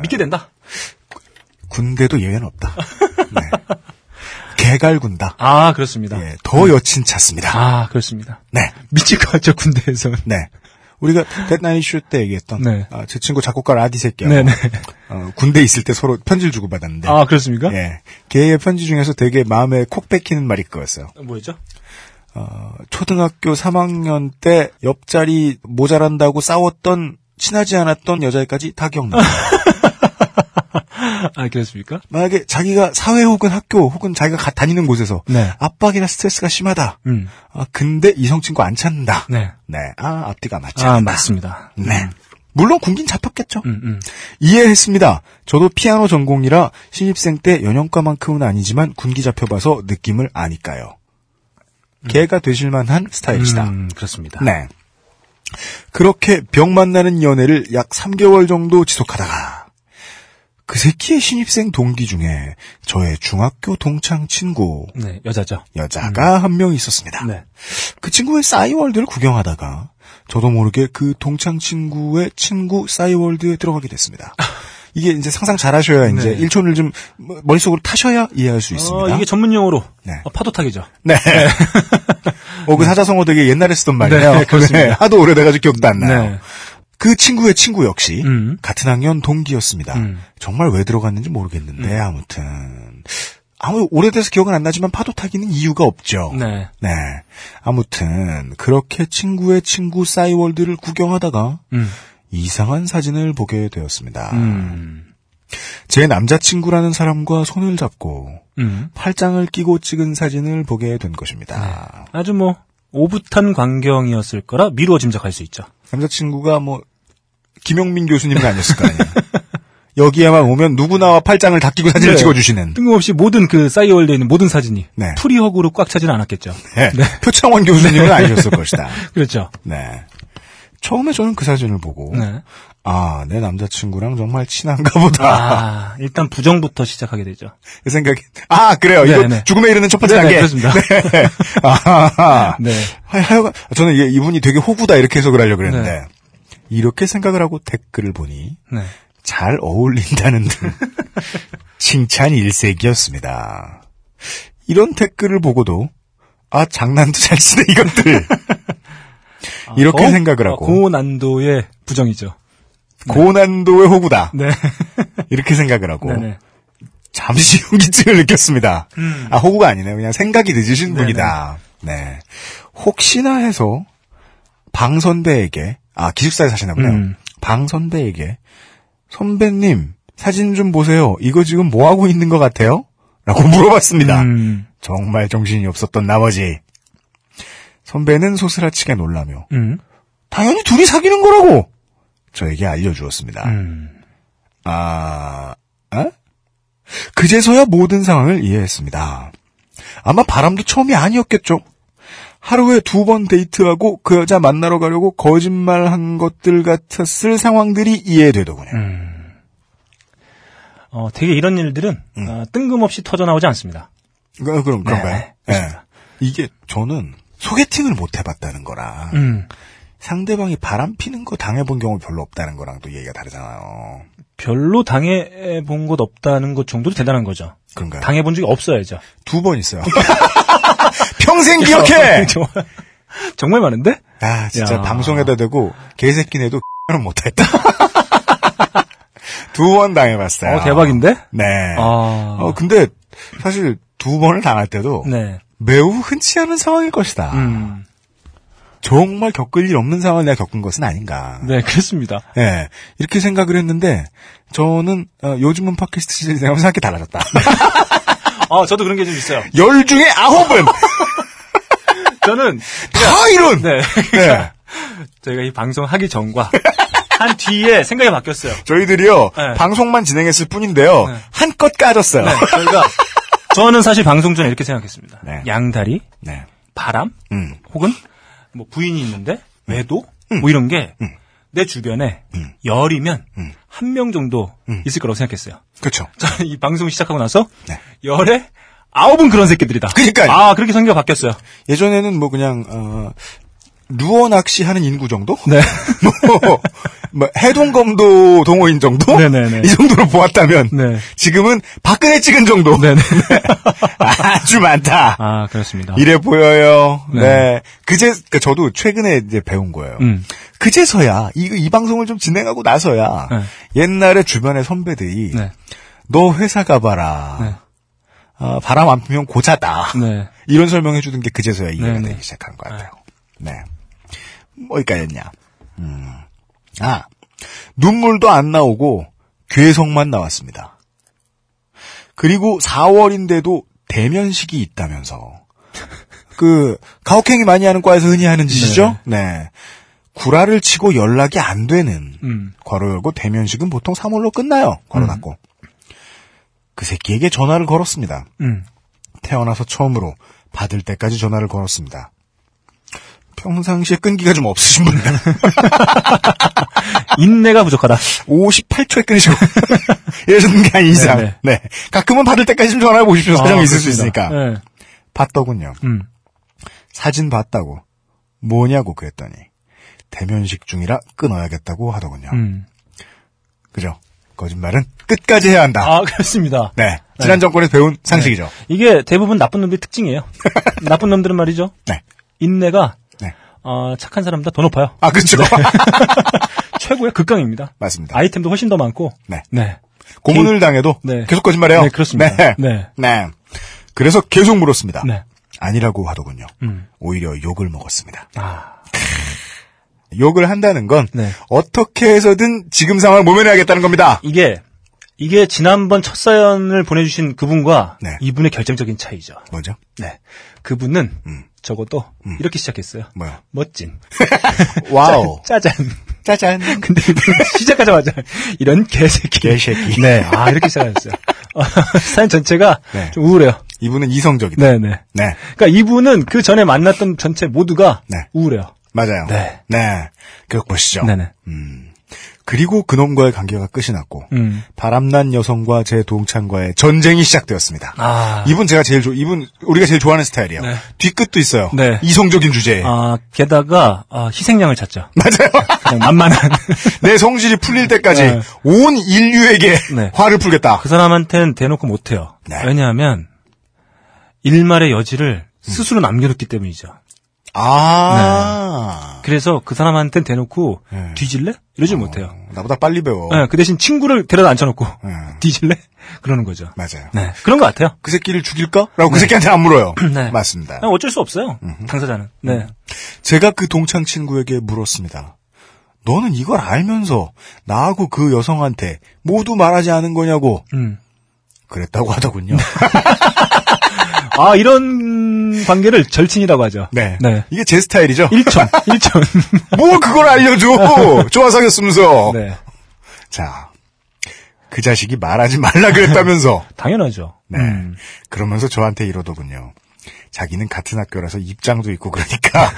믿게 된다.
군대도 예외는 없다. 네. 개갈군다.
아 그렇습니다.
예, 더 여친 찾습니다.
아 그렇습니다.
네.
미칠 것 같죠 군대에서.
네. 우리가 데드나인 슈때 얘기했던
네.
아, 제 친구 작곡가 라디 새끼야.
네네.
어, 군대 있을 때 서로 편지를 주고 받았는데.
아 그렇습니까?
예. 걔의 편지 중에서 되게 마음에 콕 박히는 말이 그거였어요.
뭐였죠?
어, 초등학교 3학년 때 옆자리 모자란다고 싸웠던 친하지 않았던 여자애까지 다 기억나.
아 그렇습니까?
만약에 자기가 사회 혹은 학교 혹은 자기가 가- 다니는 곳에서
네.
압박이나 스트레스가 심하다.
음.
아, 근데 이성 친구 안 찾는다.
네.
네. 아, 앞뒤가 맞지
아
않는다.
맞습니다.
네. 물론 군긴 잡혔겠죠.
음, 음.
이해했습니다. 저도 피아노 전공이라 신입생 때 연영과만큼은 아니지만 군기 잡혀봐서 느낌을 아니까요. 개가 되실만한 스타일이다.
음, 그렇습니다.
네. 그렇게 병 만나는 연애를 약 3개월 정도 지속하다가 그 새끼의 신입생 동기 중에 저의 중학교 동창 친구
네, 여자죠.
여자가 한 명 있었습니다.
음. 네.
그 친구의 싸이월드를 구경하다가 저도 모르게 그 동창 친구의 친구 싸이월드에 들어가게 됐습니다. 이게 이제 상상 잘 하셔야 이제
네.
일촌을 좀 머- 머릿속으로 타셔야 이해할 수 있습니다.
어, 이게 전문 용어로
네.
어, 파도 타기죠.
네. 어, 그 사자성어 되게 옛날에 쓰던 말이에요.
네, 그렇습니다.
하도 오래돼가지고 기억도 안 나요.
네.
그 친구의 친구 역시
음.
같은 학년 동기였습니다.
음.
정말 왜 들어갔는지 모르겠는데 아무튼 아무 오래돼서 기억은 안 나지만 파도 타기는 이유가 없죠.
네.
네. 아무튼 그렇게 친구의 친구 싸이월드를 구경하다가
음.
이상한 사진을 보게 되었습니다.
음.
제 남자친구라는 사람과 손을 잡고
음.
팔짱을 끼고 찍은 사진을 보게 된 것입니다.
아주 뭐 오붓한 광경이었을 거라 미루어 짐작할 수 있죠.
남자친구가 뭐 김용민 교수님은 아니었을 거 아니에요. 여기에만 오면 누구나와 팔짱을 다 끼고 사진을
네.
찍어주시는
뜬금없이 모든 그 싸이월드에 있는 모든 사진이
네.
프리허그로 꽉 차지는 않았겠죠.
네. 표창원
네.
교수님은 아니셨을 것이다.
그렇죠.
네. 처음에 저는 그 사진을 보고
네.
아, 내 남자친구랑 정말 친한가 보다.
아, 일단 부정부터 시작하게 되죠.
그 생각이 아, 그래요. 이거
네, 네.
죽음에 이르는 첫 번째
네, 네,
단계.
그렇습니다.
네. 아하.
네.
하- 하여간 저는 이게 이분이 되게 호구다 이렇게 해석을 하려고 그랬는데 이렇게 생각을 하고 댓글을 보니
네.
잘 어울린다는 등 칭찬 일색이었습니다. 이런 댓글을 보고도 아 장난도 잘 치네 이것들
아,
이렇게
고-
생각을
어,
하고.
고난도의 부정이죠.
고난도의 호구다
네.
이렇게 생각을 하고
네네.
잠시 용기증을 느꼈습니다. 아 호구가 아니네 그냥 생각이 늦으신
음. 네네.
분이다. 네 혹시나 해서 방 선배에게 아 기숙사에 사시나 보네요.
음.
방 선배에게 선배님 사진 좀 보세요. 이거 지금 뭐 하고 있는 것 같아요? 라고 물어봤습니다.
음.
정말 정신이 없었던 나머지 선배는 소스라치게 놀라며
음.
당연히 둘이 사귀는 거라고 저에게 알려주었습니다.
음.
아, 어? 그제서야 모든 상황을 이해했습니다. 아마 바람도 처음이 아니었겠죠. 하루에 두 번 데이트하고 그 여자 만나러 가려고 거짓말한 것들 같았을 상황들이 이해되더군요.
음. 어, 되게 이런 일들은
음.
어, 뜬금없이 터져나오지 않습니다.
그- 그럼 그런가요?
네,
예. 이게 저는 소개팅을 못 해봤다는 거라
음.
상대방이 바람 피는 거 당해본 경우 별로 없다는 거랑 또 얘기가 다르잖아요.
별로 당해본 것 없다는 것 정도로 대단한 거죠.
그런가요?
당해본 적이 없어야죠.
두 번 있어요. 평생 기억해!
정말, 정말 많은데?
아, 진짜
야.
방송에다 대고 개새끼네도 는 못했다. 두 번 당해봤어요.
어, 대박인데?
네.
아.
어, 그 근데 사실 두 번을 당할 때도
네.
매우 흔치 않은 상황일 것이다.
음.
정말 겪을 일 없는 상황을 내가 겪은 것은 아닌가.
네, 그렇습니다.
예, 이렇게 생각을 했는데, 저는, 어, 요즘은 팟캐스트 시절이 되면 생각이 달라졌다.
네. 아, 저도 그런 게 좀 있어요.
열 중에 아홉은!
저는,
다 이런!
네.
네.
저희가 이 방송 하기 전과 한 뒤에 생각이 바뀌었어요.
저희들이요,
네.
방송만 진행했을 뿐인데요,
네.
한껏 까졌어요.
네, 저희가, 저는 사실 방송 전에 이렇게 생각했습니다.
네.
양다리,
네.
바람,
음.
혹은 뭐 부인이 있는데, 외도, 뭐 이런 게 내
음.
주변에 열이면 한 명 정도
음.
있을 거라고 생각했어요.
그쵸.
저는 이 방송 시작하고 나서
네.
열에 아홉은 그런 새끼들이다.
그러니까요.
아, 그렇게 성격 바뀌었어요.
예전에는 뭐 그냥, 어, 루어 낚시 하는 인구 정도?
네.
뭐, 뭐 해동검도 동호인 정도?
네네네.
이 정도로 보았다면,
네.
지금은 박근혜 찍은 정도?
네네.
아주 많다.
아, 그렇습니다.
이래 보여요. 네.
네.
그제 그러니까 저도 최근에 이제 배운 거예요.
음.
그제서야 이, 이 방송을 좀 진행하고 나서야 옛날에 주변의 선배들이
네.
너 회사 가봐라.
네.
아, 바람 안 피면 고자다.
네.
이런 설명해 주는 게 그제서야 이해가
네, 네.
되기 시작한 것 같아요. 네. 뭐 여기까지였냐. 음. 아 눈물도 안 나오고 괴성만 나왔습니다. 그리고 4월인데도 대면식이 있다면서 그 가혹행위 많이 하는 과에서 흔히 하는 짓이죠. 네. 구라를 치고 연락이 안 되는
음.
괄호 열고 대면식은 보통 3월로 끝나요. 괄호 닫고 그 새끼에게 전화를 걸었습니다.
음.
태어나서 처음으로 받을 때까지 전화를 걸었습니다. 평상시에 끈기가 좀 없으신 분들.
인내가 부족하다.
58초에 끊으시고. 이러시는 게 아닌 이상.
네,
네, 가끔은 받을 때까지 좀 전화를 보십시오. 사정이
아,
있을 수
그렇습니다.
있으니까.
네.
봤더군요.
음.
사진 봤다고. 뭐냐고 그랬더니. 대면식 중이라 끊어야겠다고 하더군요.
음.
그죠? 거짓말은 끝까지 해야 한다.
아, 그렇습니다.
네. 지난 정권에서 배운 상식이죠.
이게 대부분 나쁜 놈들의 특징이에요. 나쁜 놈들은 말이죠.
네.
인내가
네.
어, 착한 사람보다 더 높아요.
아, 그렇죠.
최고의 극강입니다.
맞습니다.
네. 아이템도 훨씬 더 많고.
네.
네.
고문을 당해도
네.
계속 거짓말해요.
네, 그렇습니다.
네.
네.
네. 그래서 계속 물었습니다.
네.
아니라고 하더군요.
음.
오히려 욕을 먹었습니다.
아.
욕을 한다는 건
네.
어떻게 해서든 지금 상황을 모면해야겠다는 겁니다.
이게 이게 지난번 첫 사연을 보내주신 그분과
네.
이분의 결정적인 차이죠.
뭐죠?
네. 그분은
음.
적어도 이렇게 시작했어요.
뭐요?
멋진.
와우.
짜잔.
짜잔.
근데 이분은 시작하자마자 이런 개새끼.
개새끼.
네. 아 이렇게 시작했어요. 어, 사연 전체가
네.
좀 우울해요.
이분은 이성적이다.
네, 네.
네.
그러니까 이분은 그 전에 만났던 전체 모두가
네.
우울해요.
맞아요.
네.
네. 계속 보시죠.
네네.
음. 그리고 그놈과의 관계가 끝이 났고
음.
바람난 여성과 제 동창과의 전쟁이 시작되었습니다.
아.
이분 제가 제일 좋 이분 우리가 제일 좋아하는 스타일이에요.
네.
뒤끝도 있어요.
네.
이성적인 주제에.
아, 게다가 아, 희생양을 찾죠.
맞아요.
그냥 만만한.
내 성질이 풀릴 때까지
네.
온 인류에게
네.
화를 풀겠다.
그 사람한테는 대놓고 못해요.
네.
왜냐하면 일말의 여지를
음.
스스로 남겨뒀기 때문이죠.
아.
그래서 그 사람한테는 대놓고
네.
뒤질래? 이러질 못해요.
어, 나보다 빨리 배워.
네, 그 대신 친구를 데려다 앉혀놓고
네.
뒤질래? 그러는 거죠.
맞아요.
네, 그런 것 같아요.
그 새끼를 죽일까? 라고 그 새끼한테 안 물어요.
네.
맞습니다.
아, 어쩔 수 없어요. 당사자는. 네.
제가 그 동창 친구에게 물었습니다. 너는 이걸 알면서 나하고 그 여성한테 모두 말하지 않은 거냐고
음.
그랬다고 하더군요.
아, 이런 관계를 절친이라고 하죠.
네.
네.
이게 제 스타일이죠.
일촌, 일촌.
뭘 그걸 알려줘. 좋아 사귀었으면서.
네.
자, 그 자식이 말하지 말라 그랬다면서.
당연하죠. 음.
네. 그러면서 저한테 이러더군요. 자기는 같은 학교라서 입장도 있고 그러니까.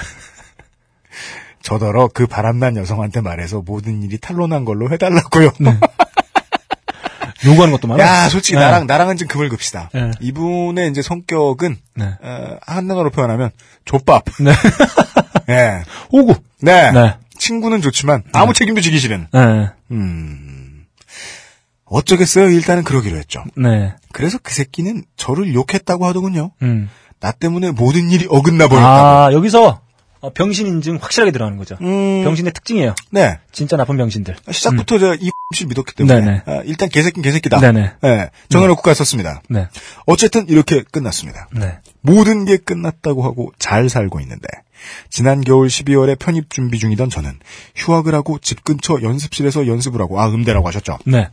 저더러 그 바람난 여성한테 말해서 모든 일이 탄로난 걸로 해달라고요.
요구하는 것도 많아요.
야, 솔직히
음. 네.
나랑 나랑은 좀 금을 급시다.
네.
이분의 이제 성격은
네.
어, 한나가로 표현하면 좆밥.
네.
예.
오구.
네.
네.
친구는 좋지만 아무 책임도 지기 싫은.
네.
음. 어쩌겠어요. 일단은 그러기로 했죠.
네.
그래서 그 새끼는 저를 욕했다고 하더군요.
음.
나 때문에 모든 일이 어긋나 버렸다고.
아, 여기서 어, 병신 인증 확실하게 들어가는 거죠.
음.
병신의 특징이에요.
네.
진짜 나쁜 병신들.
시작부터 제가 이 X 믿었기 때문에
네네.
아, 일단 개새끼 개새끼다.
네네.
예, 정해놓고 갔었습니다.
네.
어쨌든 이렇게 끝났습니다.
네.
모든 게 끝났다고 하고 잘 살고 있는데 지난 겨울 12월에 편입 준비 중이던 저는 휴학을 하고 집 근처 연습실에서 연습을 하고 아 음대라고 하셨죠.
네.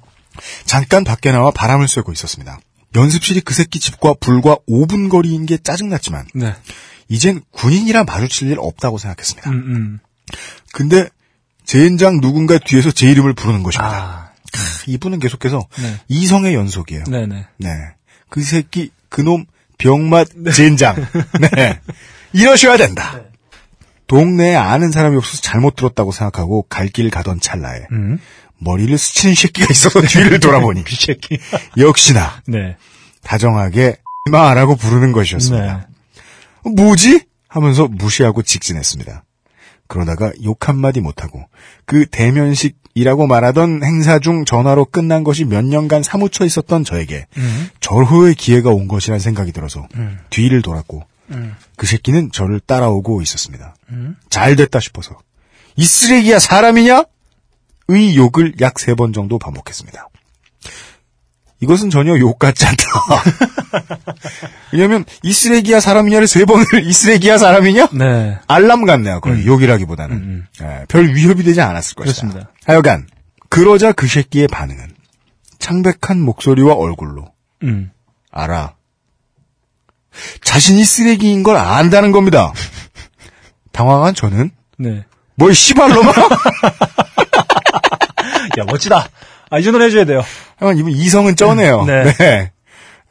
잠깐 밖에 나와 바람을 쐬고 있었습니다. 연습실이 그 새끼 집과 불과 5분 거리인 게 짜증났지만
네.
이젠 군인이라 마주칠 일 없다고 생각했습니다.
음, 음.
근데 제인장 누군가 뒤에서 제 이름을 부르는 것입니다.
아.
크, 이분은 계속해서
네.
이성의 연속이에요. 네.
네네.
그 새끼 그놈 병맛 제인장. 네. 이러셔야 된다.
네.
동네에 아는 사람이 없어서 잘못 들었다고 생각하고 갈 길 가던 찰나에
음.
머리를 스치는 새끼가 있어서 뒤를 돌아보니
이그 새끼.
역시나
네.
다정하게 마라고 부르는 것이었습니다.
네.
뭐지? 하면서 무시하고 직진했습니다. 그러다가 욕 한마디 못하고 그 대면식이라고 말하던 행사 중 전화로 끝난 것이 몇 년간 사무쳐 있었던 저에게
음.
절호의 기회가 온 것이란 생각이 들어서
음.
뒤를 돌았고
음.
그 새끼는 저를 따라오고 있었습니다.
음.
잘 됐다 싶어서 이 쓰레기야 사람이냐? 의 욕을 약 세 번 정도 반복했습니다. 이것은 전혀 욕 같지 않다. 왜냐면 이 쓰레기야 사람이냐를 세 번을 이 쓰레기야 사람이냐?
네.
알람 같네요. 거의 욕이라기보다는 예, 별 위협이 되지 않았을 것이다.
음. 그렇습니다.
하여간 그러자 그 새끼의 반응은 창백한 목소리와 얼굴로
음.
알아. 자신이 쓰레기인 걸 안다는 겁니다. 당황한 저는
네.
뭘 씨발로마?
야, 멋지다. 아, 이 정도는 해줘야 돼요.
하여간 이분 이성은 쩌네요.
네.
네.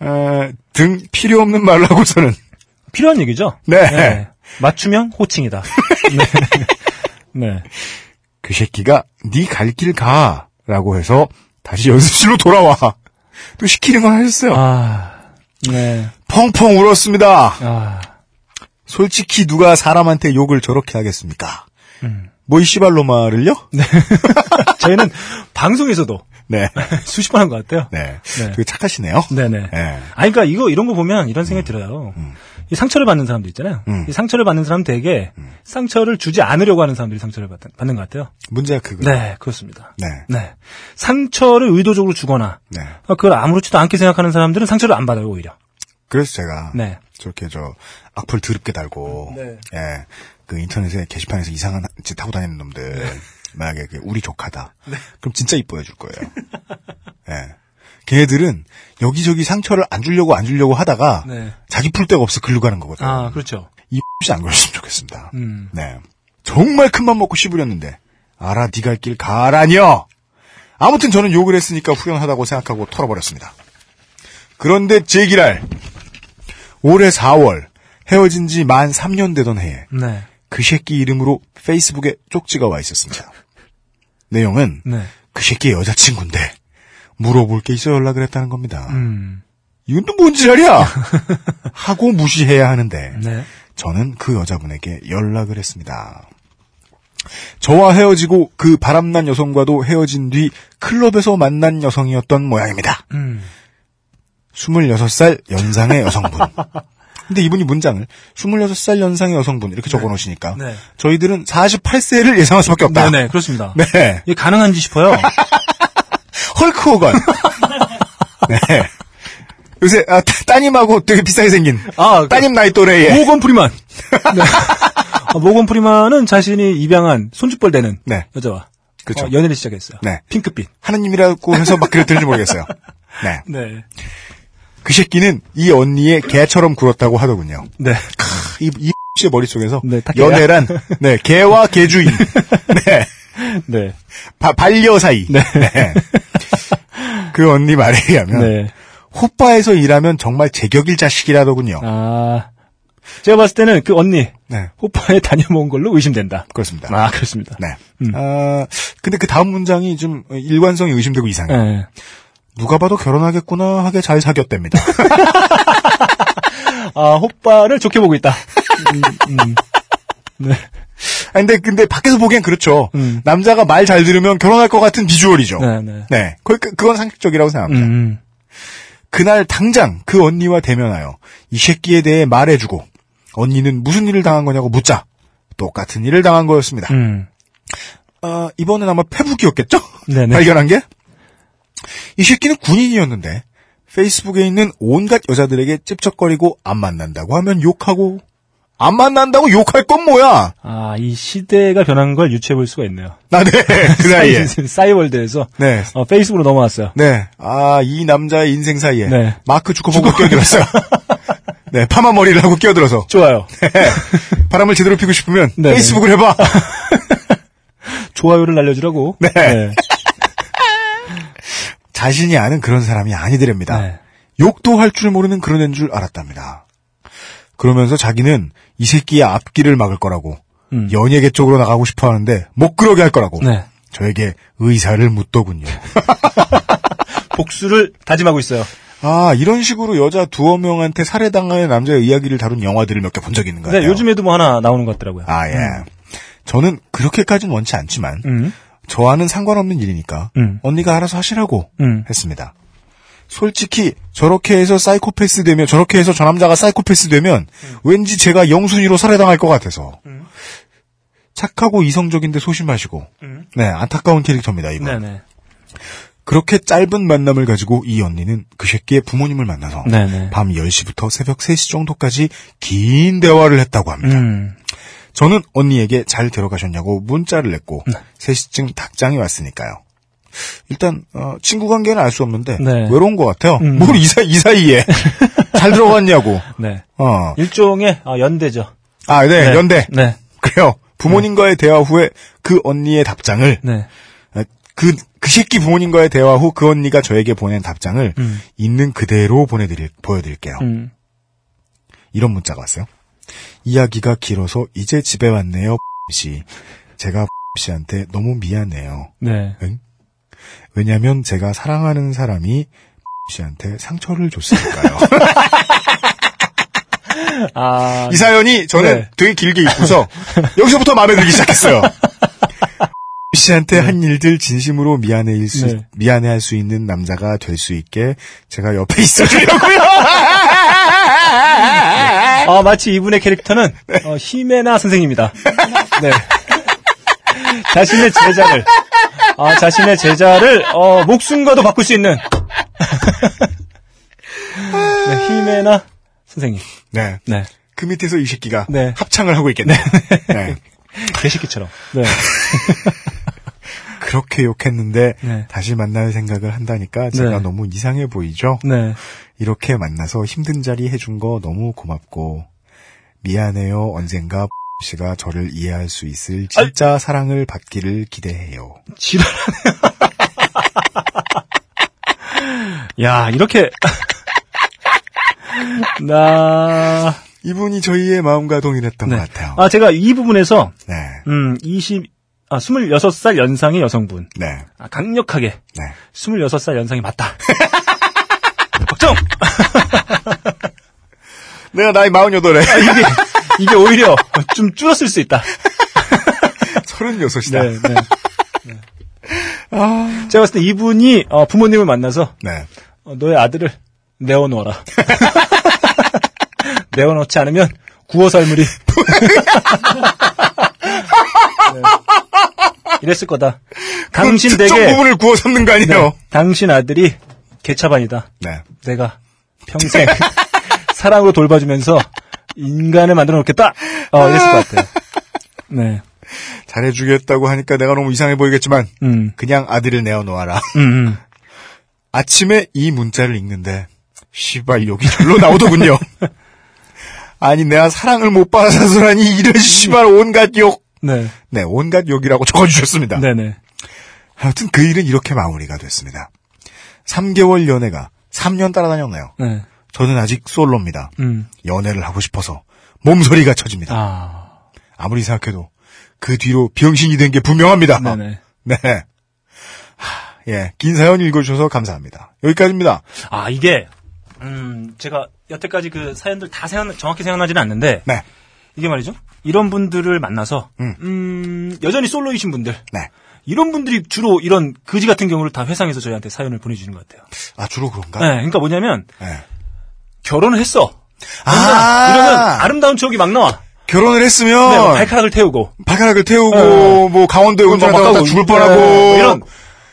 어, 등 필요 없는 말로 하고서는
필요한 얘기죠?
네.
맞춤형 호칭이다. 네. 네.
그 새끼가 네 갈 길 가라고 해서 다시 연습실로 돌아와. 또 시키는 걸 하셨어요.
아, 네.
펑펑 울었습니다.
아,
솔직히 누가 사람한테 욕을 저렇게 하겠습니까?
음.
뭐 이 씨발로마를요? 네.
저희는 방송에서도
네.
수십 번 한 것 같아요.
되게 착하시네요.
네. 네네. 음.
네.
아니, 그러니까 이거 이런 거 보면 이런 생각이 들어요. 이 상처를 받는 사람도 있잖아요.
음.
이 상처를 받는 사람 되게 상처를 주지 않으려고 하는 사람들이 상처를 받, 받는 것 같아요.
문제가 그거.
네, 그렇습니다.
네.
네. 상처를 의도적으로 주거나
네.
그걸 아무렇지도 않게 생각하는 사람들은 상처를 안 받아요, 오히려.
그래서 제가
네.
저렇게 저 악플 드럽게 달고
네.
예. 그 인터넷에 게시판에서 이상한 짓 하고 다니는 놈들 만약에 그게 우리 조카다. 그럼 진짜 이뻐해 줄 거예요. 예. 걔네들은 여기저기 상처를 안 주려고 안 주려고 하다가
네.
자기 풀 데가 없어 글로 가는 거거든요.
아, 그렇죠.
이씨안 그러셨으면 좋겠습니다.
음.
네. 정말 큰맘 먹고 씹으렸는데 알아 네 갈 길 가라니요. 아무튼 저는 욕을 했으니까 후련하다고 생각하고 털어버렸습니다. 그런데 제기랄 올해 4월 헤어진 지 만 3년 되던 해에
네.
그 새끼 이름으로 페이스북에 쪽지가 와 있었습니다. 내용은
네.
그 새끼의 여자친구인데 물어볼 게 있어 연락을 했다는 겁니다.
음.
이건 또 뭔 지랄이야 하고 무시해야 하는데
네.
저는 그 여자분에게 연락을 했습니다. 저와 헤어지고 그 바람난 여성과도 헤어진 뒤 클럽에서 만난 여성이었던 모양입니다.
음.
26살 연상의 여성분. 근데 이분이 문장을 26살 연상의 여성분 이렇게 적어 놓으시니까
네.
저희들은 48세를 예상할 수밖에 없다.
네네, 그렇습니다.
네.
이게 가능한지 싶어요.
헐크 호건. 네. 요새 아, 따- 따님하고 되게 비슷하게 생긴
아, 그-
따님 나이 또래의
모건 프리만. 네. 아, 모건 프리만은 자신이 입양한 손짓벌 되는
네.
여자와
그렇죠.
어, 연애를 시작했어요.
네.
핑크빛.
하느님이라고 해서 막 그랬는지 모르겠어요. 네.
네.
그 새끼는 이 언니의 개처럼 굴었다고 하더군요.
네.
크, 이, 이 씨의 머릿속에서
네, 다 개야.
연애란 네 개와 개주인 네
네.
바- 반려 사이 네. 그 언니 말에 의하면
네.
호빠에서 일하면 정말 제격일 자식이라더군요.
아. 제가 봤을 때는 그 언니,
네
호빠에 다녀온 걸로 의심된다.
그렇습니다.
아, 그렇습니다.
네. 아 근데 그 다음 문장이 좀 일관성이 의심되고 이상해. 요
네.
누가 봐도 결혼하겠구나 하게 잘 사귀었답니다.
아, 호빠를 좋게 보고 있다.
음,
네.
아, 근데 근데 밖에서 보기엔 그렇죠.
음.
남자가 말 잘 들으면 결혼할 것 같은 비주얼이죠.
네, 네.
네. 그, 그- 그건 상식적이라고
음,
생각합니다.
음.
그날 당장 그 언니와 대면하여 이 새끼에 대해 말해주고 언니는 무슨 일을 당한 거냐고 묻자 똑같은 일을 당한 거였습니다.
음.
아, 이번엔 아마 페북이었겠죠?
네네.
발견한 게? 이 새끼는 군인이었는데 페이스북에 있는 온갖 여자들에게 찝쩍거리고 안 만난다고 하면 욕하고 안 만난다고 욕할 건 뭐야?
아, 이 시대가 변한 걸 유추해 볼 수가 있네요.
나네 그 사이에
싸이월드에서
네
어, 페이스북으로 넘어왔어요.
네. 아, 이 남자의 인생 사이에.
네.
마크 주커버그 끼어들었어요. 네, 파마 머리를 하고 끼어들어서.
좋아요.
네. 바람을 제대로 피고 싶으면
네.
페이스북을 해봐.
좋아요를 날려주라고.
네. 자신이 아는 그런 사람이 아니더랍니다.
네.
욕도 할 줄 모르는 그런 애인 줄 알았답니다. 그러면서 자기는 이 새끼의 앞길을 막을 거라고
음.
연예계 쪽으로 나가고 싶어 하는데 못 그러게 할 거라고
네.
저에게 의사를 묻더군요.
복수를 다짐하고 있어요.
아 이런 식으로 여자 두어 명한테 살해당하는 남자의 이야기를 다룬 영화들을 몇 개 본 적이 있는 것
근데
같아요.
요즘에도 뭐 하나 나오는 것 같더라고요.
아, 예. 저는 그렇게까지는 원치 않지만,
음.
저와는 상관없는 일이니까,
음.
언니가 알아서 하시라고
음.
했습니다. 솔직히, 저렇게 해서 사이코패스 되면, 저렇게 해서 저 남자가 사이코패스 되면, 왠지 제가 영순이로 살해당할 것 같아서, 착하고 이성적인데 소심하시고,
음.
네, 안타까운 캐릭터입니다, 이분.
네네.
그렇게 짧은 만남을 가지고 이 언니는 그 새끼의 부모님을 만나서,
네네.
밤 10시부터 새벽 3시 정도까지 긴 대화를 했다고 합니다.
음.
저는 언니에게 잘 들어가셨냐고 문자를 냈고 3시쯤 닭장이 왔으니까요. 일단 어, 친구 관계는 알 수 없는데
네.
외로운 것 같아요. 뭘 이 사이, 이 사이에 잘 들어갔냐고.
네.
어.
일종의 아, 연대죠.
아, 네, 연대.
네.
그래요. 부모님과의 대화 후에 그 언니의 답장을
네.
그, 그 새끼 부모님과의 대화 후 그 언니가 저에게 보낸 답장을
음.
있는 그대로 보내드릴, 보여드릴게요.
음.
이런 문자가 왔어요. 이야기가 길어서 이제 집에 왔네요. 씨. 제가 씨한테 너무 미안해요.
네.
왜냐면 제가 사랑하는 사람이 씨한테 상처를 줬으니까요.
아,
이 사연이 저는
네.
되게 길게 읽고서 여기서부터 마음에 들기 시작했어요. 씨한테 한 일들 진심으로 미안해일 수
네.
미안해할 수 있는 남자가 될 수 있게 제가 옆에 있어주려고요.
아, 마치 이분의 캐릭터는 어, 히메나 선생입니다. 네. 자신의 제자를 아, 자신의 제자를 어, 목숨과도 바꿀 수 있는 네, 히메나 선생님.
네,
네.
그 밑에서 이 새끼가
네.
합창을 하고 있겠네. 네.
개새끼처럼. 네.
그렇게 욕했는데
네.
다시 만날 생각을 한다니까 제가
네.
너무 이상해 보이죠.
네.
이렇게 만나서 힘든 자리 해준 거 너무 고맙고 미안해요. 언젠가 씨가 저를 이해할 수 있을 진짜 사랑을 받기를 기대해요.
지랄하네요. 야, 이렇게. 나,
이분이 저희의 마음과 동일했던
네.
것 같아요.
아, 제가 이 부분에서,
네,
음, 20, 아, 26살 연상의 여성분.
네,
아, 강력하게,
네.
26살 연상이 맞다. 걱정!
내가 나이 48에
이게, 이게 오히려 좀 줄었을 수 있다.
36이다.
네,
네.
네. 네. 제가 봤을 때 이분이, 어, 부모님을 만나서,
네.
어, 너의 아들을 내어놓아라. 내어놓지 않으면 구호살물이 네. 이랬을 거다. 당신
특정
댁에
부분을 구워 삼는 거 아니에요?
당신 아들이 개차반이다.
네.
내가 평생 사랑으로 돌봐주면서 인간을 만들어 놓겠다. 어, 이랬을 것 같아요. 네.
잘해주겠다고 하니까 내가 너무 이상해 보이겠지만
음,
그냥 아들을 내어놓아라.
음, 음.
아침에 이 문자를 읽는데 씨발 여기 절로 나오더군요. 아니 내가 사랑을 못 받아서라니 이런 씨발 온갖 욕.
네.
네 온갖 욕이라고 적어주셨습니다.
네네.
하여튼 그 일은 이렇게 마무리가 됐습니다. 3개월 연애가 3년 따라다녔네요.
네.
저는 아직 솔로입니다.
음.
연애를 하고 싶어서 몸소리가 쳐집니다.
아.
아무리 생각해도 그 뒤로 병신이 된 게 분명합니다.
네네.
네. 하, 예, 긴 사연 읽어주셔서 감사합니다. 여기까지입니다.
아 이게 음 제가 여태까지 그 사연들 다 생각 정확히 생각나지는 않는데
네,
이게 말이죠 이런 분들을 만나서
음.
음, 여전히 솔로이신 분들
네.
이런 분들이 주로 이런 거지 같은 경우를 다 회상해서 저희한테 사연을 보내주시는 것 같아요.
아 주로 그런가?
네, 그러니까 뭐냐면
예.
결혼을 했어.
아!
이러면 아름다운 추억이 막 나와.
결혼을 했으면
네, 뭐 발가락을 태우고
발가락을 태우고
네.
뭐 강원도에 운전하다가 다
가고 네,
죽을 뻔하고 어,
뭐 이런 네.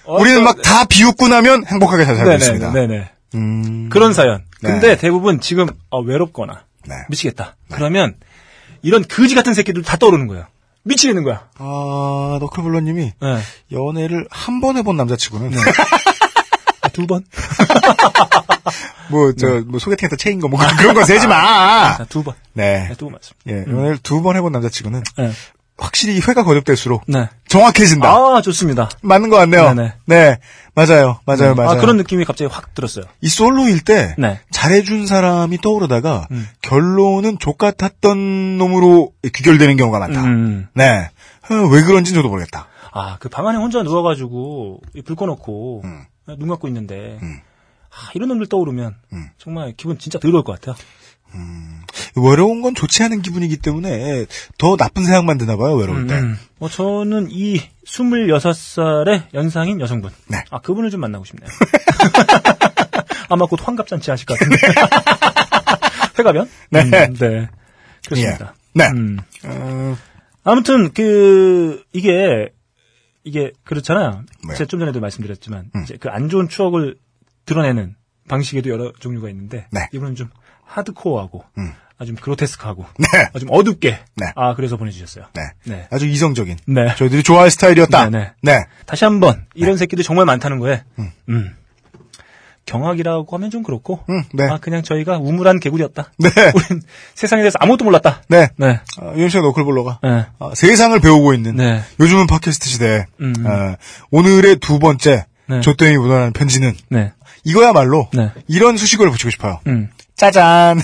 어,
우리는 막 다 비웃고 나면 행복하게 잘 살고 있습니다.
네네 네네
음,
그런 사연.
네.
근데 대부분 지금 어, 외롭거나
네.
미치겠다. 그러면 이런 거지 같은 새끼들 다 떠오르는 거예요. 미치겠는 거야.
아 너클블러님이
예.
연애를 한 번 해본
네.
남자치고는
아, 두 번?
뭐 저
네.
뭐 소개팅에서 체인 거뭐 그런 거 세지 마.
아, 두 번.
네.
네, 두번 맞습니다.
예, 연애를 두 번 해본 남자치고는
네.
확실히 회가 거듭될수록
네.
정확해진다.
아, 좋습니다.
맞는 것 같네요.
네네.
네, 맞아요, 네, 맞아요, 맞아요.
아, 그런 느낌이 갑자기 확 들었어요.
이 솔로일 때
네.
잘해준 사람이 떠오르다가
음.
결론은 족같았던 놈으로 귀결되는 경우가 많다.
음.
네. 어, 왜 그런지는 저도 모르겠다.
아, 그 방 안에 혼자 누워가지고 이불 꺼놓고
음.
눈 감고 있는데
음.
아, 이런 놈들 떠오르면
음.
정말 기분 진짜 더러울 것 같아요.
외로운 건 좋지 않은 기분이기 때문에 더 나쁜 생각만 드나 봐요, 외로울 때.
음. 뭐 저는 이 26살의 연상인 여성분.
네.
아, 그분을 좀 만나고 싶네요. 아마 곧 환갑잔치 하실 것 같은데. 회가면?
네.
네. 그렇습니다.
예. 네.
음.
어,
아무튼 그 이게 이게 그렇잖아요.
뭐요?
제가 좀 전에도 말씀드렸지만
네. 음.
이제 그 안 좋은 추억을 드러내는 방식에도 여러 종류가 있는데
네.
이분은 좀 하드코어하고
음.
아, 좀 그로테스크하고
네.
아, 좀 어둡게
네.
아 그래서 보내주셨어요.
네.
네.
아주 이성적인.
네.
저희들이 좋아할 스타일이었다.
네,
네.
다시 한번 이런 새끼들 정말 많다는 거에 음. 경악이라고 하면 좀 그렇고
음, 네.
아 그냥 저희가 우물한 개구리였다.
네.
우린 세상에 대해서 아무것도 몰랐다.
네.
네.
어, 유엠씨가 너클볼러가
네.
어, 세상을 배우고 있는
네.
요즘은 팟캐스트 시대에
음, 음.
어, 오늘의 두 번째
네.
조땡이 문화라는 편지는
네.
이거야말로
네.
이런 수식어를 붙이고 싶어요.
음.
짜잔.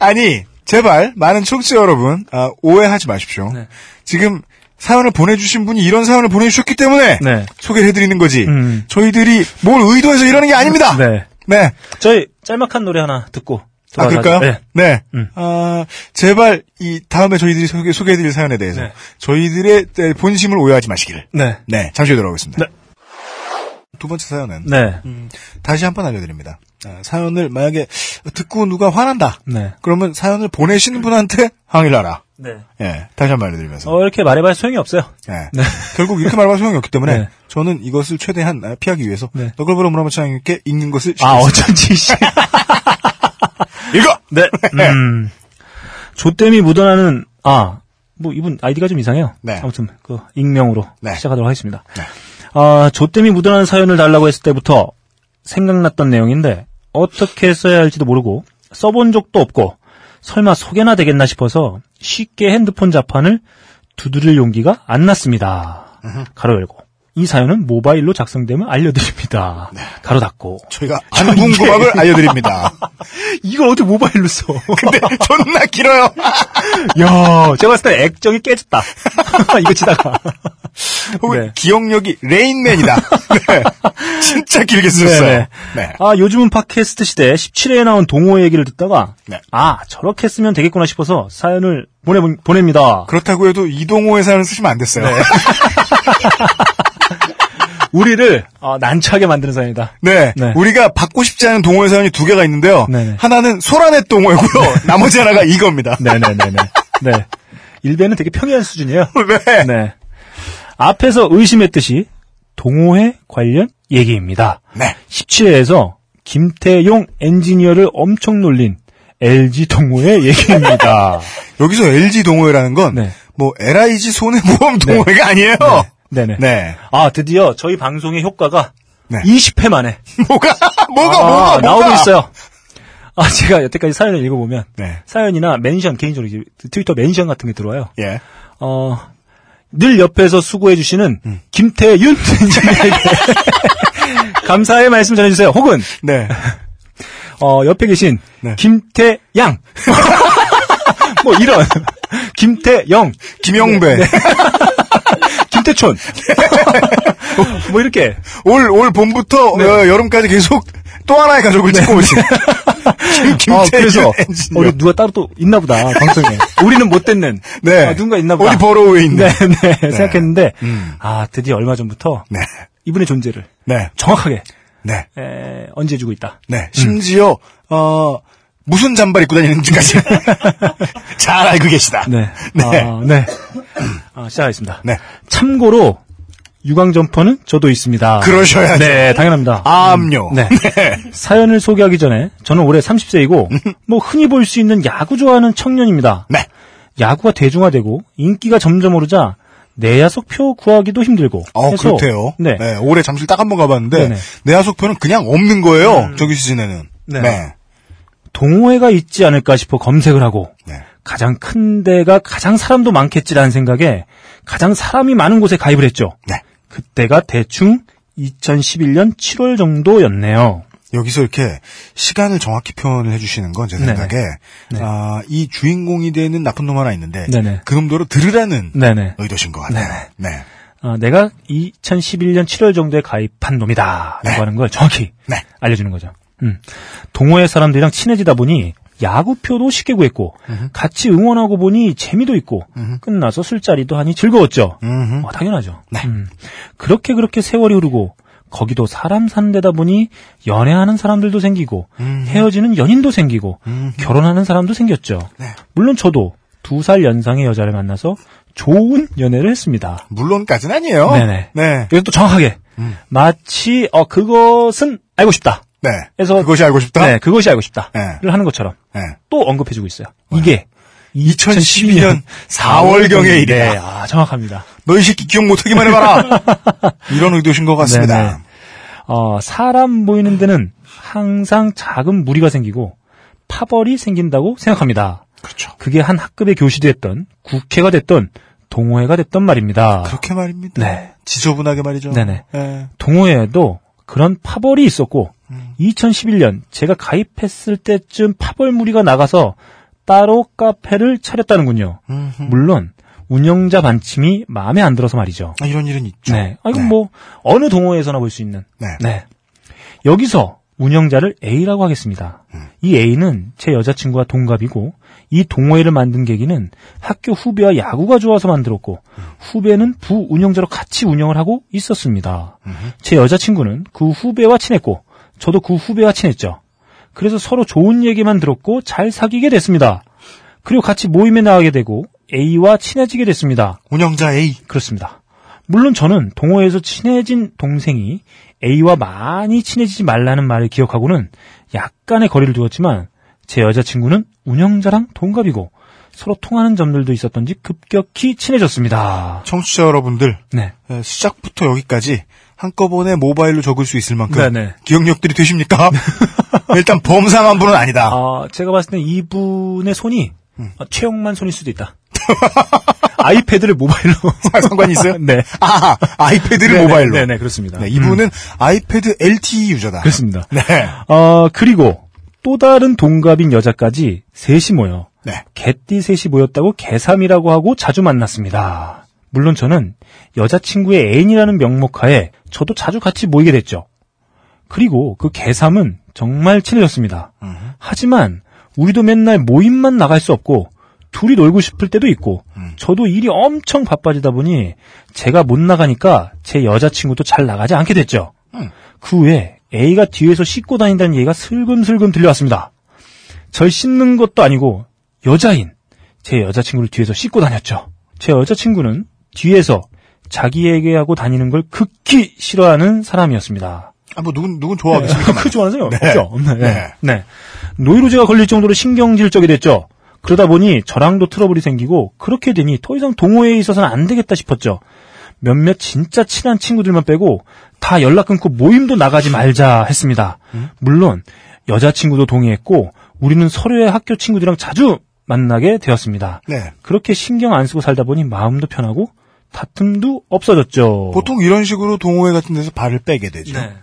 아니, 제발, 많은 청취자 여러분, 아, 오해하지 마십시오.
네.
지금 사연을 보내주신 분이 이런 사연을 보내주셨기 때문에
네.
소개를 해드리는 거지.
음.
저희들이 뭘 의도해서 이러는 게 아닙니다.
네.
네.
저희 짤막한 노래 하나 듣고
아,
돌아가죠.
그럴까요?
네. 음.
아, 제발, 이, 다음에 저희들이 소개, 소개해드릴 사연에 대해서
네.
저희들의 네, 본심을 오해하지 마시기를.
네.
네. 잠시 후에 돌아오겠습니다.
네.
두 번째 사연은.
네.
음, 다시 한 번 알려드립니다. 아, 사연을 만약에 듣고 누가 화난다.
네.
그러면 사연을 보내신 분한테 항의를 하라.
네.
예, 다시 한 번 알려드리면서.
어, 이렇게 말해봐야 소용이 없어요.
예. 결국 이렇게 말할 소용이 없기 때문에
네.
저는 이것을 최대한 아, 피하기 위해서
네.
너글보로 문화마창님께 읽는 것을
아, 어쩐지, 씨.
읽어! 예.
네. 음. 조땜이 묻어나는, 아, 뭐, 이분 아이디가 좀 이상해요.
네.
아무튼, 그, 익명으로
네.
시작하도록 하겠습니다.
네.
아, 조땜이 묻어나는 사연을 달라고 했을 때부터 생각났던 내용인데, 어떻게 써야 할지도 모르고, 써본 적도 없고, 설마 소개나 되겠나 싶어서 쉽게 핸드폰 자판을 두드릴 용기가 안 났습니다. 가로 열고. 이 사연은 모바일로 작성되면 알려드립니다. 가로 닫고.
저희가 안 궁금함을 알려드립니다.
이걸 어떻게 모바일로 써?
근데 존나 길어요.
야, 제가 봤을 때 액정이 깨졌다. 이거 치다가.
혹은
네.
기억력이 레인맨이다. 네. 진짜 길게 쓰셨어요.
네네.
네.
아, 요즘은 팟캐스트 시대 17회에 나온 동호 얘기를 듣다가,
네.
아, 저렇게 쓰면 되겠구나 싶어서 사연을 보내, 보냅니다.
그렇다고 해도 이동호의 사연을 쓰시면 안 됐어요. 네.
우리를 어, 난처하게 만드는 사연이다. 네.
우리가 받고 싶지 않은 동호의 사연이 두 개가 있는데요.
네네. 네.
하나는 소란의 동호이고요. 나머지 하나가 이겁니다.
네네네네. 네. 일베는 되게 평이한 수준이에요.
네.
네. 앞에서 의심했듯이 동호회 관련 얘기입니다.
네.
17회에서 김태용 엔지니어를 엄청 놀린 LG 동호회 얘기입니다.
여기서 LG 동호회라는 건,
네.
뭐, LIG 손해보험 동호회가 아니에요.
어. 네네.
네.
아, 드디어 저희 방송의 효과가
네.
20회 만에
뭐가, 뭐가,
아,
뭐가, 뭐가.
나오고 있어요. 아, 제가 여태까지 사연을 읽어보면
네.
사연이나 멘션 개인적으로 이제 트위터 멘션 같은 게 들어와요.
예.
어, 늘 옆에서 수고해주시는
음.
김태윤 엔지니어에게 감사의 말씀 전해주세요. 혹은
네.
어, 옆에 계신
네.
김태양. 뭐 이런 김태영,
김영배.
네. 김태촌.
네.
뭐 이렇게
올, 올 봄부터
네.
어, 여름까지 계속 또 하나의 가족을 찍고 오신. 김,
아,
김태준
그래서
엔지니어.
어디 누가 따로 또 있나 보다 방송에 우리는 못 됐는
네.
아, 누군가 있나 보다
어디 버러우에 음. 있는.
네, 네, 생각했는데 아 드디어 얼마 전부터
네.
이분의 존재를
네.
정확하게
네.
에, 언제해주고 있다
네. 심지어, 어, 무슨 잠바를 입고 다니는지까지 잘 알고 계시다.
네, 아, 네. 아, 시작하겠습니다
네.
참고로 유광 점퍼는 저도 있습니다
그러셔야죠. 아.
네 당연합니다
암요.
네. 사연을 소개하기 전에 저는 올해 30세이고 뭐 흔히 볼 수 있는 야구 좋아하는 청년입니다
네.
야구가 대중화되고 인기가 점점 오르자 내야석표 구하기도 힘들고
어,
해서
그렇대요.
네.
네. 올해 잠실 딱 한 번 가봤는데,
네네.
내하속표는 그냥 없는 거예요. 저기 시즌에는.
네.
네.
동호회가 있지 않을까 싶어 검색을 하고
네.
가장 큰 데가 가장 사람도 많겠지라는 생각에 가장 사람이 많은 곳에 가입을 했죠.
네.
그때가 대충 2011년 7월 정도였네요.
여기서 이렇게 시간을 정확히 표현을 해주시는 건 제
네네.
생각에, 아, 이 주인공이 되는 나쁜 놈 하나 있는데,
네네.
그 놈더러 들으라는
네네.
의도신 것 같아요. 네.
아, 내가 2011년 7월 정도에 가입한 놈이다. 라고
네.
하는 걸 정확히
네.
알려주는 거죠. 음. 동호회 사람들이랑 친해지다 보니 야구표도 쉽게 구했고 같이 응원하고 보니 재미도 있고 끝나서 술자리도 하니 즐거웠죠.
음흠.
아, 당연하죠.
네.
음. 그렇게 그렇게 세월이 흐르고 거기도 사람 사는 데다 보니 연애하는 사람들도 생기고
음.
헤어지는 연인도 생기고
음.
결혼하는 사람도 생겼죠.
네.
물론 저도 두 살 연상의 여자를 만나서 좋은 연애를 했습니다.
물론까지는 아니에요.
네네.
네. 음.
이것도 정확하게 마치 어 그것은 알고 싶다.
네.
그래서-
그것이 알고 싶다?
네, 그것이 알고 싶다를
네.
하는 것처럼
네.
또 언급해주고 있어요. 이게
2012년 4월경의 일이다.
네, 아, 정확합니다.
너이 새끼 기억 못하기만 해봐라. 이런 의도신 것 같습니다.
네네. 어, 사람 모이는 데는 항상 작은 무리가 생기고 파벌이 생긴다고 생각합니다.
그렇죠.
그게 한 학급의 교실이 됐던 국회가 됐던 동호회가 됐던 말입니다.
그렇게 말입니다.
네.
지저분하게 말이죠.
네네.
예.
동호회에도 그런 파벌이
음.
있었고 2011년 제가 가입했을 때쯤 파벌 무리가 나가서 따로 카페를 차렸다는군요.
음.
물론 운영자 반침이 마음에 안 들어서 말이죠.
아, 이런 일은 있죠.
네. 아, 이건
네.
뭐 어느 동호회에서나 볼 수 있는.
네.
네. 여기서 운영자를 A라고 하겠습니다. 이 A는 제 여자친구와 동갑이고 이 동호회를 만든 계기는 학교 후배와 야구가 좋아서 만들었고 후배는 부 운영자로 같이 운영을 하고 있었습니다. 제 여자친구는 그 후배와 친했고 저도 그 후배와 친했죠. 그래서 서로 좋은 얘기만 들었고 잘 사귀게 됐습니다. 그리고 같이 모임에 나가게 되고 A와 친해지게 됐습니다.
운영자 A.
그렇습니다. 물론 저는 동호회에서 친해진 동생이 A와 많이 친해지지 말라는 말을 기억하고는 약간의 거리를 두었지만 제 여자친구는 운영자랑 동갑이고 서로 통하는 점들도 있었던지 급격히 친해졌습니다.
청취자 여러분들,
네.
에, 시작부터 여기까지 한꺼번에 모바일로 적을 수 있을 만큼
네네.
기억력들이 되십니까? 일단 범상한 분은 아니다. 음.
아, 제가 봤을 때 이분의 손이 아, 최영만 손일 수도 있다. 아이패드를 모바일로.
상관이 있어요?
네.
아, 아이패드를
네네,
모바일로.
네네, 그렇습니다.
네,
음,
이분은 아이패드 LTE 유저다.
그렇습니다.
네.
어, 그리고 또 다른 동갑인 여자까지 셋이 모여
네.
개띠 셋이 모였다고 개삼이라고 하고 자주 만났습니다. 물론 저는 여자친구의 애인이라는 명목하에 저도 자주 같이 모이게 됐죠. 그리고 그 개삼은 정말 친해졌습니다. 하지만 우리도 맨날 모임만 나갈 수 없고 둘이 놀고 싶을 때도 있고 저도 일이 엄청 바빠지다 보니 제가 못 나가니까 제 여자친구도 잘 나가지 않게 됐죠. 그 후에 A가 뒤에서 씻고 다닌다는 얘기가 슬금슬금 들려왔습니다. 절 씻는 것도 아니고 여자인 제 여자친구를 뒤에서 씻고 다녔죠. 제 여자친구는 뒤에서 자기에게 하고 다니는 걸 극히 싫어하는 사람이었습니다.
아, 뭐, 누군, 누군 좋아하겠습니까?
그 좋아하세요?
네.
없죠? 없네. 네.
네.
네. 노이로제가 걸릴 정도로 신경질적이 됐죠. 그러다 보니 저랑도 트러블이 생기고 그렇게 되니 더 이상 동호회에 있어서는 안 되겠다 싶었죠. 몇몇 진짜 친한 친구들만 빼고 다 연락 끊고 모임도 나가지 말자 했습니다.
음?
물론 여자친구도 동의했고 우리는 서로의 학교 친구들이랑 자주 만나게 되었습니다.
네.
그렇게 신경 안 쓰고 살다 보니 마음도 편하고 다툼도 없어졌죠.
보통 이런 식으로 동호회 같은 데서 발을 빼게 되죠.
네.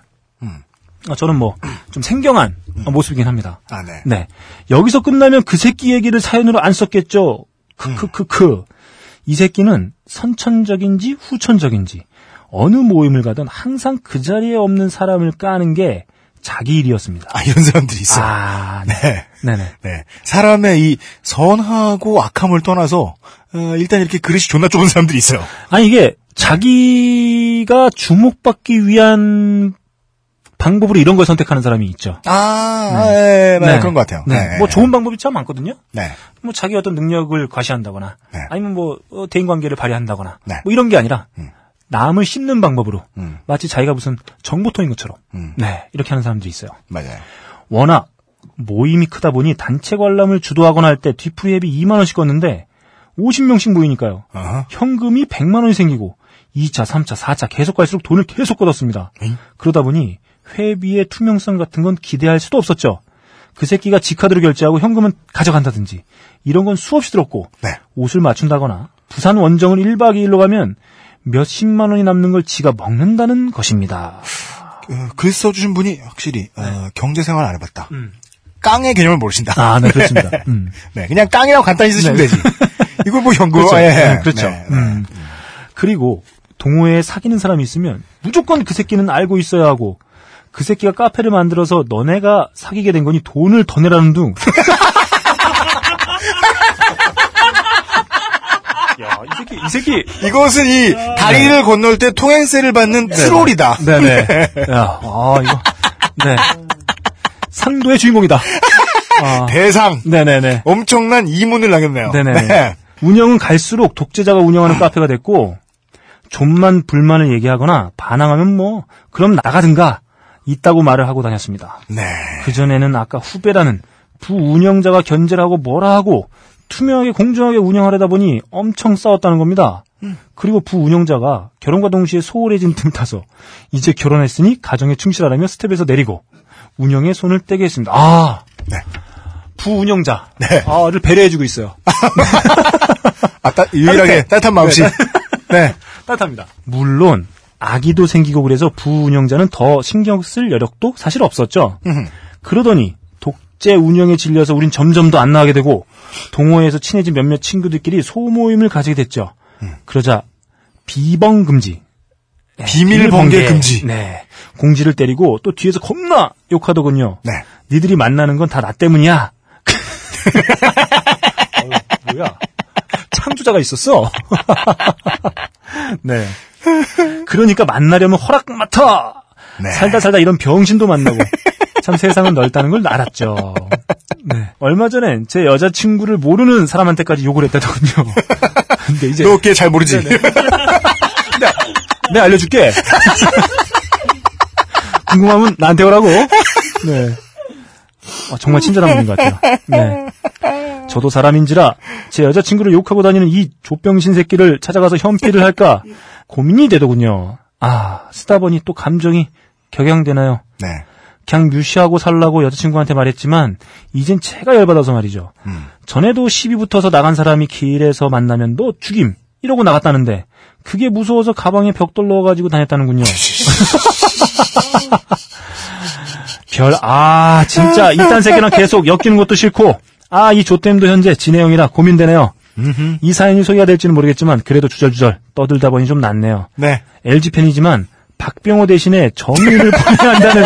아, 저는 뭐 좀 생경한 아, 모습이긴 합니다.
아, 네.
네. 여기서 끝나면 그 새끼 얘기를 사연으로 안 썼겠죠.
음.
크크크크. 이 새끼는 선천적인지 후천적인지 어느 모임을 가든 항상 그 자리에 없는 사람을 까는 게 자기 일이었습니다.
아, 이런 사람들이 있어요.
아, 네.
네.
네네.
네. 사람의 이 선하고 악함을 떠나서, 어, 일단 이렇게 그릇이 존나 좁은 사람들이 있어요.
아니 이게 자기가 주목받기 위한 방법으로 이런 걸 선택하는 사람이 있죠.
아, 네. 네, 그런 것 같아요.
예, 네. 뭐 좋은 방법이 참 많거든요.
네.
뭐 자기 어떤 능력을 과시한다거나
네.
아니면 뭐 어, 대인관계를 발휘한다거나
네.
뭐 이런 게 아니라 남을 씹는 방법으로 마치 자기가 무슨 정보통인 것처럼
음.
네 이렇게 하는 사람들이 있어요.
맞아요.
워낙 모임이 크다 보니 단체 관람을 주도하거나 할 때 뒤풀이 앱이 2만 원씩 껐는데 50명씩 모이니까요.
어허.
현금이 100만 원이 생기고 2차, 3차, 4차 계속 갈수록 돈을 계속 걷었습니다. 그러다 보니 회비의 투명성 같은 건 기대할 수도 없었죠. 그 새끼가 직카드로 결제하고 현금은 가져간다든지 이런 건 수없이 들었고
네.
옷을 맞춘다거나 부산 원정을 1박 2일로 가면 몇십만 원이 남는 걸 지가 먹는다는 것입니다.
어, 글 써주신 분이 확실히 어, 경제생활 안 해봤다. 깡의 개념을 모르신다.
네. 음. 아, 네, 그렇습니다. 음.
네, 그냥 깡이라고 간단히 쓰시면 되지. 이걸 뭐 현금,
그렇죠.
아, 예, 예.
네, 그렇죠.
네, 네.
음. 그리고 동호회에 사귀는 사람이 있으면 무조건 그 새끼는 알고 있어야 하고 그 새끼가 카페를 만들어서 너네가 사귀게 된 거니 돈을 더 내라는 둥. 야, 이 새끼, 이 새끼.
이것은 이 다리를 건널 때 통행세를 받는 트롤이다.
네네. 야, 아, 이거. 네. 상도의 주인공이다. 아,
대상.
네네네.
엄청난 이문을 남겼네요.
네네.
네.
운영은 갈수록 독재자가 운영하는 카페가 됐고 좀만 불만을 얘기하거나 반항하면 뭐 그럼 나가든가 있다고 말을 하고 다녔습니다.
네.
그 전에는 아까 후배라는 부 운영자가 견제를 하고 뭐라 하고 투명하게 공정하게 운영하려다 보니 엄청 싸웠다는 겁니다. 그리고 부 운영자가 결혼과 동시에 소홀해진 틈 타서 이제 결혼했으니 가정에 충실하라며 스텝에서 내리고 운영에 손을 떼게 했습니다. 아,
네.
부 운영자를
네.
배려해주고 있어요.
아, 따, 유일하게 따뜻한 마음씨. 네.
따뜻합니다. 물론 아기도 생기고 그래서 부운영자는 더 신경 쓸 여력도 사실 없었죠. 그러더니 독 축제 운영에 질려서 우린 점점 더 안 나가게 되고 동호회에서 친해진 몇몇 친구들끼리 소모임을 가지게 됐죠.
음.
그러자 비벙 금지,
비밀 번개 금지.
네, 공지를 때리고 또 뒤에서 겁나 욕하더군요.
네.
니들이 만나는 건 다 나 때문이야. 어, 뭐야? 창조자가 있었어. 네. 그러니까 만나려면 허락 맡아.
네.
살다 살다 이런 병신도 만나고 참 세상은 넓다는 걸 알았죠. 네. 얼마 전엔 제 여자친구를 모르는 사람한테까지 욕을 했다더군요. 근데 이제
너 어깨 잘 모르지?
내가 네, 알려줄게. 궁금하면 나한테 오라고. 네. 아, 정말 친절한 분인 것 같아요. 네. 저도 사람인지라 제 여자친구를 욕하고 다니는 이 조병신 새끼를 찾아가서 현피를 할까 고민이 되더군요. 아, 쓰다 보니 또 감정이 격양되나요?
네.
그냥 무시하고 살라고 여자친구한테 말했지만 이젠 제가 열받아서 말이죠.
음.
전에도 시비 붙어서 나간 사람이 길에서 만나면 너 죽임 이러고 나갔다는데 그게 무서워서 가방에 벽돌 넣어가지고 다녔다는군요. 별 아 진짜 이딴 새끼랑 계속 엮이는 것도 싫고 아 이 조땜도 현재 진해형이라 고민되네요. 이 사연이 소개가 될지는 모르겠지만 그래도 주절주절 떠들다 보니 좀 낫네요.
네.
LG 팬이지만 박병호 대신에 정의를 보내야 한다는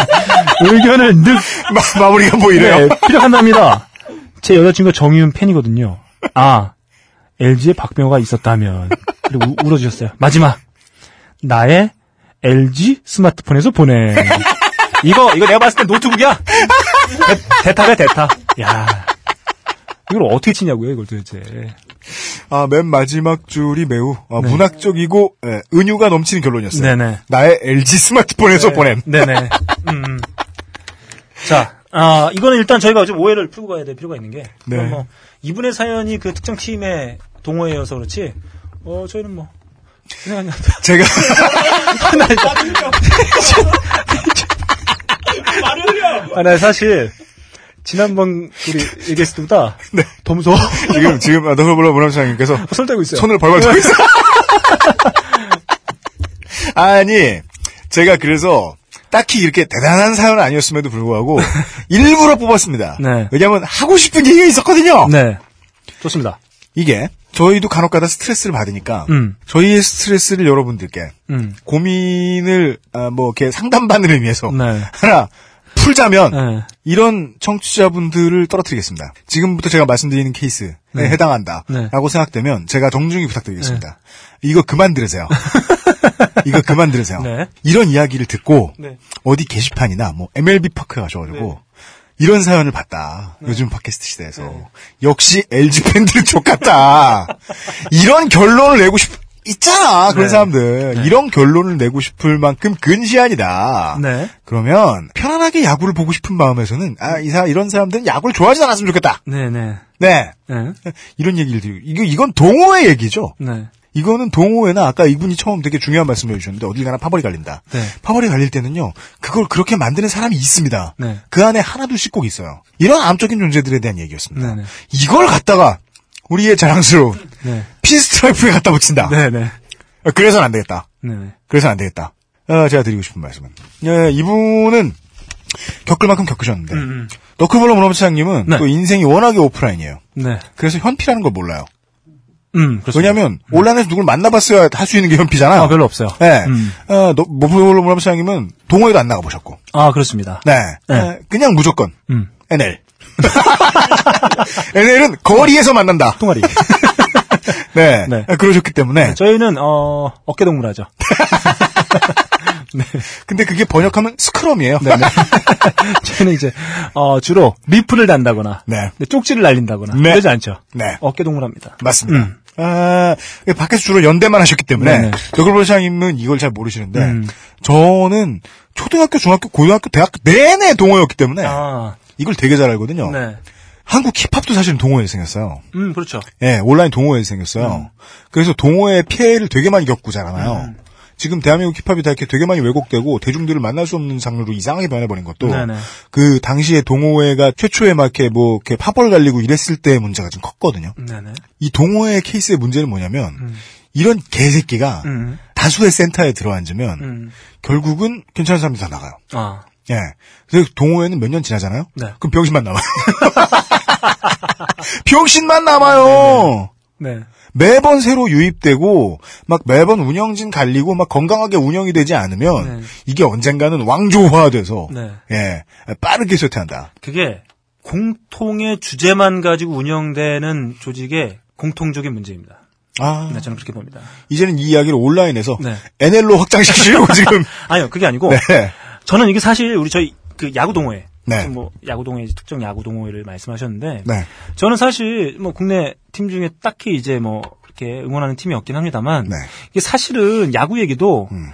의견을 늘
마, 마무리가 뭐 이래요?
네, 필요한답니다. 제 여자친구가 정의윤 팬이거든요. 아, LG에 박병호가 있었다면. 그리고 우- 울어주셨어요. 마지막. 나의 LG 스마트폰에서 보내. 이거, 이거 내가 봤을 때 노트북이야? 대, 대타래, 대타. 야 이걸 어떻게 치냐고요, 이걸 도대체.
아, 맨 마지막 줄이 매우 어, 문학적이고 예, 은유가 넘치는 결론이었어요.
네네.
나의 LG 스마트폰에서 보낸.
네네. 음, 음. 자, 아, 이거는 일단 저희가 좀 오해를 풀고 가야 될 필요가 있는 게.
네.
그럼 뭐, 이분의 사연이 그 특정 팀의 동호회여서 그렇지, 어, 저희는 뭐, 그냥
제가
아, 나 사실, 지난번 우리 얘기했을 때보다 더 무서워.
지금 지금 아, 너그러블러 문화장님께서
네. 손 떼고 있어요.
손을 벌벌 들고 있어. 아니, 제가 그래서 딱히 이렇게 대단한 사연은 아니었음에도 불구하고 일부러 뽑았습니다.
네.
왜냐하면 하고 싶은 얘기가 있었거든요.
네. 좋습니다.
이게 저희도 간혹가다 스트레스를 받으니까
음.
저희의 스트레스를 여러분들께
음.
고민을 아, 뭐 이렇게 상담받는 의미에서
네.
하나 풀자면
네.
이런 청취자분들을 떨어뜨리겠습니다. 지금부터 제가 말씀드리는 케이스에
네.
해당한다라고 생각되면 제가 정중히 부탁드리겠습니다. 이거 그만 들으세요. 이거 그만 들으세요.
네.
이런 이야기를 듣고
네.
어디 게시판이나 뭐 MLB 파크 가셔가지고 이런 사연을 봤다.
네.
요즘 팟캐스트 시대에서 역시 LG 팬들은 족같다. 이런 결론을 내고 싶. 있잖아 그런
네.
사람들 이런 결론을 내고 싶을 만큼 근시안이다.
네.
그러면 편안하게 야구를 보고 싶은 마음에서는 아 이 사 이런 사람들은 야구를 좋아하지 않았으면 좋겠다.
네네.
네
네.
이런 얘기를 드리고 이거 이건 동호회 얘기죠.
네.
이거는 동호회나 아까 이분이 처음 되게 중요한 말씀을 해주셨는데 어딜 가나 파벌이 갈린다.
네.
파벌이 갈릴 때는요 그걸 그렇게 만드는 사람이 있습니다.
네.
그 안에 하나 둘씩 꼭 있어요. 이런 암적인 존재들에 대한 얘기였습니다.
네, 네.
이걸 갖다가 우리의 자랑스러운
네.
피스트라이프에 갖다 붙인다.
네네.
그래서는 안 되겠다.
네네.
그래서는 안 되겠다. 어, 제가 드리고 싶은 말씀은 예, 이분은 겪을 만큼 겪으셨는데 너클볼러 문화부장님은
음. 네.
또 인생이 워낙에 오프라인이에요.
네.
그래서 현피라는 걸 몰라요.
음, 그렇습니다.
왜냐하면 온라인에서 누굴 만나봤어야 할 수 있는 게 현피잖아.
아, 별로 없어요.
네.
음.
어, 너- 너클볼러 문화부장님은 동호회도 안 나가보셨고.
아, 그렇습니다.
네.
네.
어, 그냥 무조건
음.
NL. NL은 거리에서 만난다.
동아리.
네.
네.
어, 그러셨기 때문에.
저희는, 어, 어깨동무라죠.
근데 그게 번역하면 스크럼이에요.
네, 저희는 이제, 어, 주로 리플을 단다거나,
네.
쪽지를 날린다거나,
네.
그러지 않죠.
네.
어깨동무랍니다.
맞습니다. 아, 밖에서 주로 연대만 하셨기 때문에
음. 네네.
저글볼 시장님은 이걸 잘 모르시는데
음.
저는 초등학교, 중학교, 고등학교, 대학교 내내 동호회였기 때문에
아,
이걸 되게 잘 알거든요.
네.
한국 힙합도 사실은 동호회에서 생겼어요.
음, 그렇죠.
예, 온라인
음.
동호회에서 생겼어요. 그래서 동호회의 피해를 되게 많이 겪고 자라나요. 지금 대한민국 힙합이 다 이렇게 되게 많이 왜곡되고 대중들을 만날 수 없는 장르로 이상하게 변해버린 것도
네네.
그 당시에 동호회가 최초에 막 이렇게 뭐 이렇게 파벌 갈리고 이랬을 때 문제가 좀 컸거든요.
네네.
이 동호회 케이스의 문제는 뭐냐면 이런 개새끼가
음.
다수의 센터에 들어앉으면
음.
결국은 괜찮은 사람들 다 나가요.
아.
예. 그 동호회는 몇 년 지나잖아요?
네.
그럼 병신만 남아요. 병신만 남아요!
네.
매번 새로 유입되고, 막 매번 운영진 갈리고, 막 건강하게 운영이 되지 않으면,
네.
이게 언젠가는 왕조화돼서,
네.
예, 빠르게 쇠퇴한다.
그게 공통의 주제만 가지고 운영되는 조직의 공통적인 문제입니다.
아,
네, 저는 그렇게 봅니다.
이제는 이 이야기를 온라인에서,
네.
NL로 확장시키려고 지금,
아니요, 그게 아니고
네.
저는 이게 사실 우리 저희 그 야구 동호회
네.
지금 뭐 야구 동호회 특정 야구 동호회를 말씀하셨는데
네.
저는 사실 뭐 국내 팀 중에 딱히 이제 뭐 이렇게 응원하는 팀이 없긴 합니다만
네.
이게 사실은 야구 얘기도
음.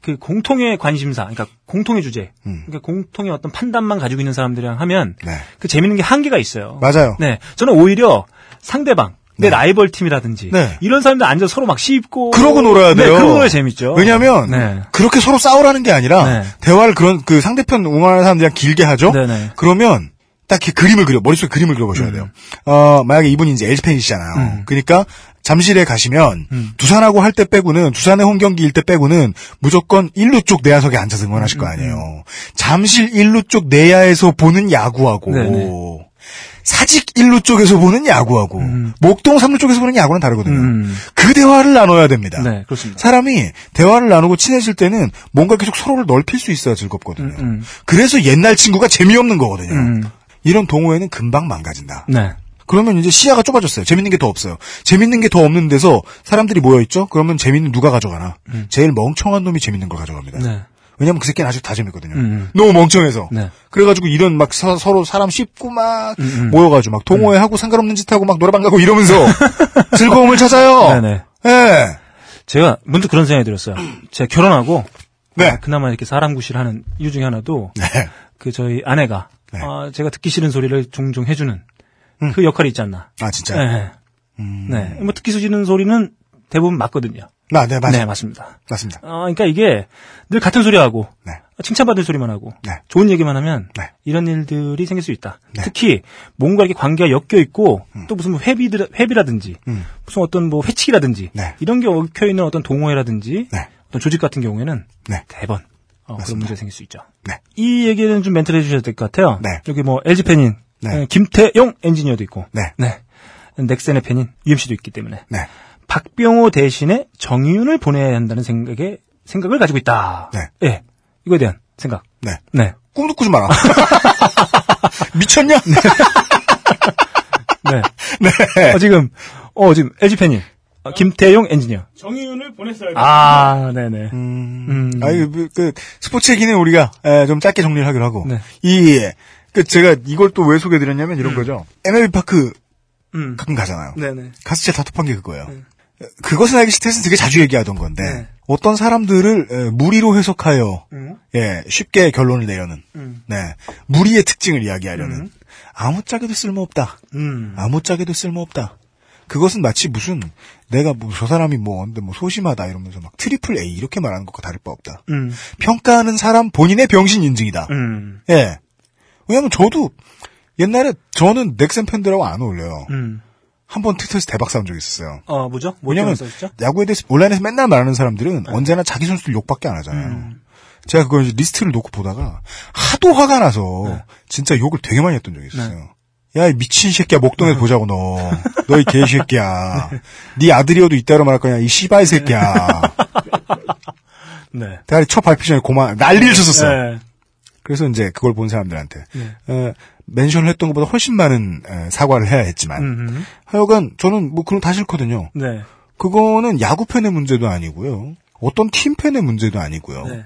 그 공통의 관심사, 그러니까 공통의 주제,
음.
그러니까 공통의 어떤 판단만 가지고 있는 사람들이랑 하면
네.
그 재밌는 게 한계가 있어요.
맞아요.
네, 저는 오히려 상대방 내 라이벌 팀이라든지
네.
이런 사람들 앉아 서 서로 막 씹고
그러고 놀아야 돼요.
네, 그러고 놀아야 재밌죠.
왜냐면,
네.
그렇게 서로 싸우라는 게 아니라,
네.
대화를 그런, 그 상대편 응원하는 사람들이랑 길게 하죠?
네네. 음.
그러면, 딱히 그림을 그려, 머릿속에 그림을 그려보셔야 돼요. 어, 만약에 이분이 이제 LG팬이시잖아요. 그러니까, 잠실에 가시면,
음.
두산하고 할 때 빼고는, 두산의 홈 경기일 때 빼고는, 무조건 1루 쪽 내야석에 앉아서 응원하실 거
음,
아니에요. 잠실 1루 쪽 내야에서 보는 야구하고,
네네.
사직 1루 쪽에서 보는 야구하고, 목동 3루 쪽에서 보는 야구는 다르거든요.
음.
그 대화를 나눠야 됩니다.
네, 그렇습니다.
사람이 대화를 나누고 친해질 때는 뭔가 계속 서로를 넓힐 수 있어야 즐겁거든요.
음.
그래서 옛날 친구가 재미없는 거거든요.
음.
이런 동호회는 금방 망가진다.
네.
그러면 이제 시야가 좁아졌어요. 재밌는 게 더 없어요. 재밌는 게 더 없는 데서 사람들이 모여있죠? 그러면 재밌는 누가 가져가나? 제일 멍청한 놈이 재밌는 걸 가져갑니다.
음. 네.
왜냐면 그 새끼는 아직 다 재밌거든요.
음.
너무 멍청해서.
네. 음,
그래가지고 이런 막 서, 로 사람 씹고 막 모여가지고 막 동호회하고 상관없는 짓 하고 막 노래방 가고 이러면서 즐거움을 찾아요.
네네.
예.
제가 문득 그런 생각이 들었어요. 제가 결혼하고
네.
아, 그나마 이렇게 사람 구실하는 이유 중에 하나도
네.
그 저희 아내가
네.
아, 제가 듣기 싫은 소리를 종종 해주는 그 역할이 있지 않나.
아 진짜.
네.
음.
네. 뭐 듣기 싫은 소리는 대부분 맞거든요.
아, 네 맞아.
네,
요
맞습니다.
맞습니다.
아, 그러니까 이게 늘 같은 소리 하고
네.
칭찬받을 소리만 하고
네.
좋은 얘기만 하면
네.
이런 일들이 생길 수 있다.
네.
특히 뭔가 이렇게 관계가 엮여 있고 또 무슨 뭐 회비들 회비라든지
음.
무슨 어떤 뭐 회칙이라든지
네.
이런 게 얽혀 있는 어떤 동호회라든지
네.
어떤 조직 같은 경우에는
네.
대번 어, 그런 문제 가 생길 수 있죠.
네.
이 얘기는 좀 멘트를 해주셔야 될 것 같아요.
네.
여기 뭐 LG 팬인
네.
어, 김태용 엔지니어도 있고
네.
넥센의 팬인 UMC도 있기 때문에
네.
박병호 대신에 정의윤을 보내야 한다는 생각에 생각을 가지고 있다.
네.
예. 이거에 대한 생각.
네.
네.
꿈도 꾸지 마라. 미쳤냐?
네.
네.
어, 지금 어 지금 LG 팬이 어, 김태용 엔지니어.
정의윤을 보냈어야
아, 네네.
음. 아, 이거 그, 그 스포츠 얘기는 우리가 에, 좀 짧게 정리를 하기로 하고
네.
이. 그 제가 이걸 또 왜 소개드렸냐면 이런 거죠. MLB 파크
음.
가끔 가잖아요.
네네.
가서 제가 답답한 게 그거예요. 그것은 알기 싫다에서 되게 자주 얘기하던 건데
네.
어떤 사람들을 에, 무리로 해석하여
음.
예, 쉽게 결론을 내려는
음.
네 무리의 특징을 이야기하려는 아무짝에도 쓸모없다.
음.
아무짝에도 쓸모없다. 그것은 마치 무슨 내가 뭐 저 사람이 뭐 근데 뭐 소심하다 이러면서 막 트리플 A 이렇게 말하는 것과 다를 바 없다.
음.
평가하는 사람 본인의 병신 인증이다.
음.
예. 왜냐면 저도 옛날에 저는 넥센 팬들하고 안 어울려요.
음.
한 번 트위터에서 대박 싸운 적이 있었어요.
어, 뭐죠? 뭐
왜냐면
있죠? 네.
야구에 대해서 온라인에서 맨날 말하는 사람들은 언제나 자기 선수들 욕밖에 안 하잖아요.
음.
제가 그걸 이제 리스트를 놓고 보다가 하도 화가 나서
네.
진짜 욕을 되게 많이 했던 적이 있었어요. 야, 이 미친 새끼야, 목동에서
음.
보자고, 너. 너 이 개새끼야. 네 아들이어도 이따로 말할 거냐, 이 씨발 새끼야.
네.
대가리 첫 밟기 전에 고만, 난리를 쳤었어요.
네.
그래서 이제 그걸 본 사람들한테
네.
어, 멘션을 했던 것보다 훨씬 많은 에, 사과를 해야 했지만
음.
하여간 저는 뭐 그런 거 다 싫거든요.
네.
그거는 야구 팬의 문제도 아니고요. 어떤 팀 팬의 문제도 아니고요.
네.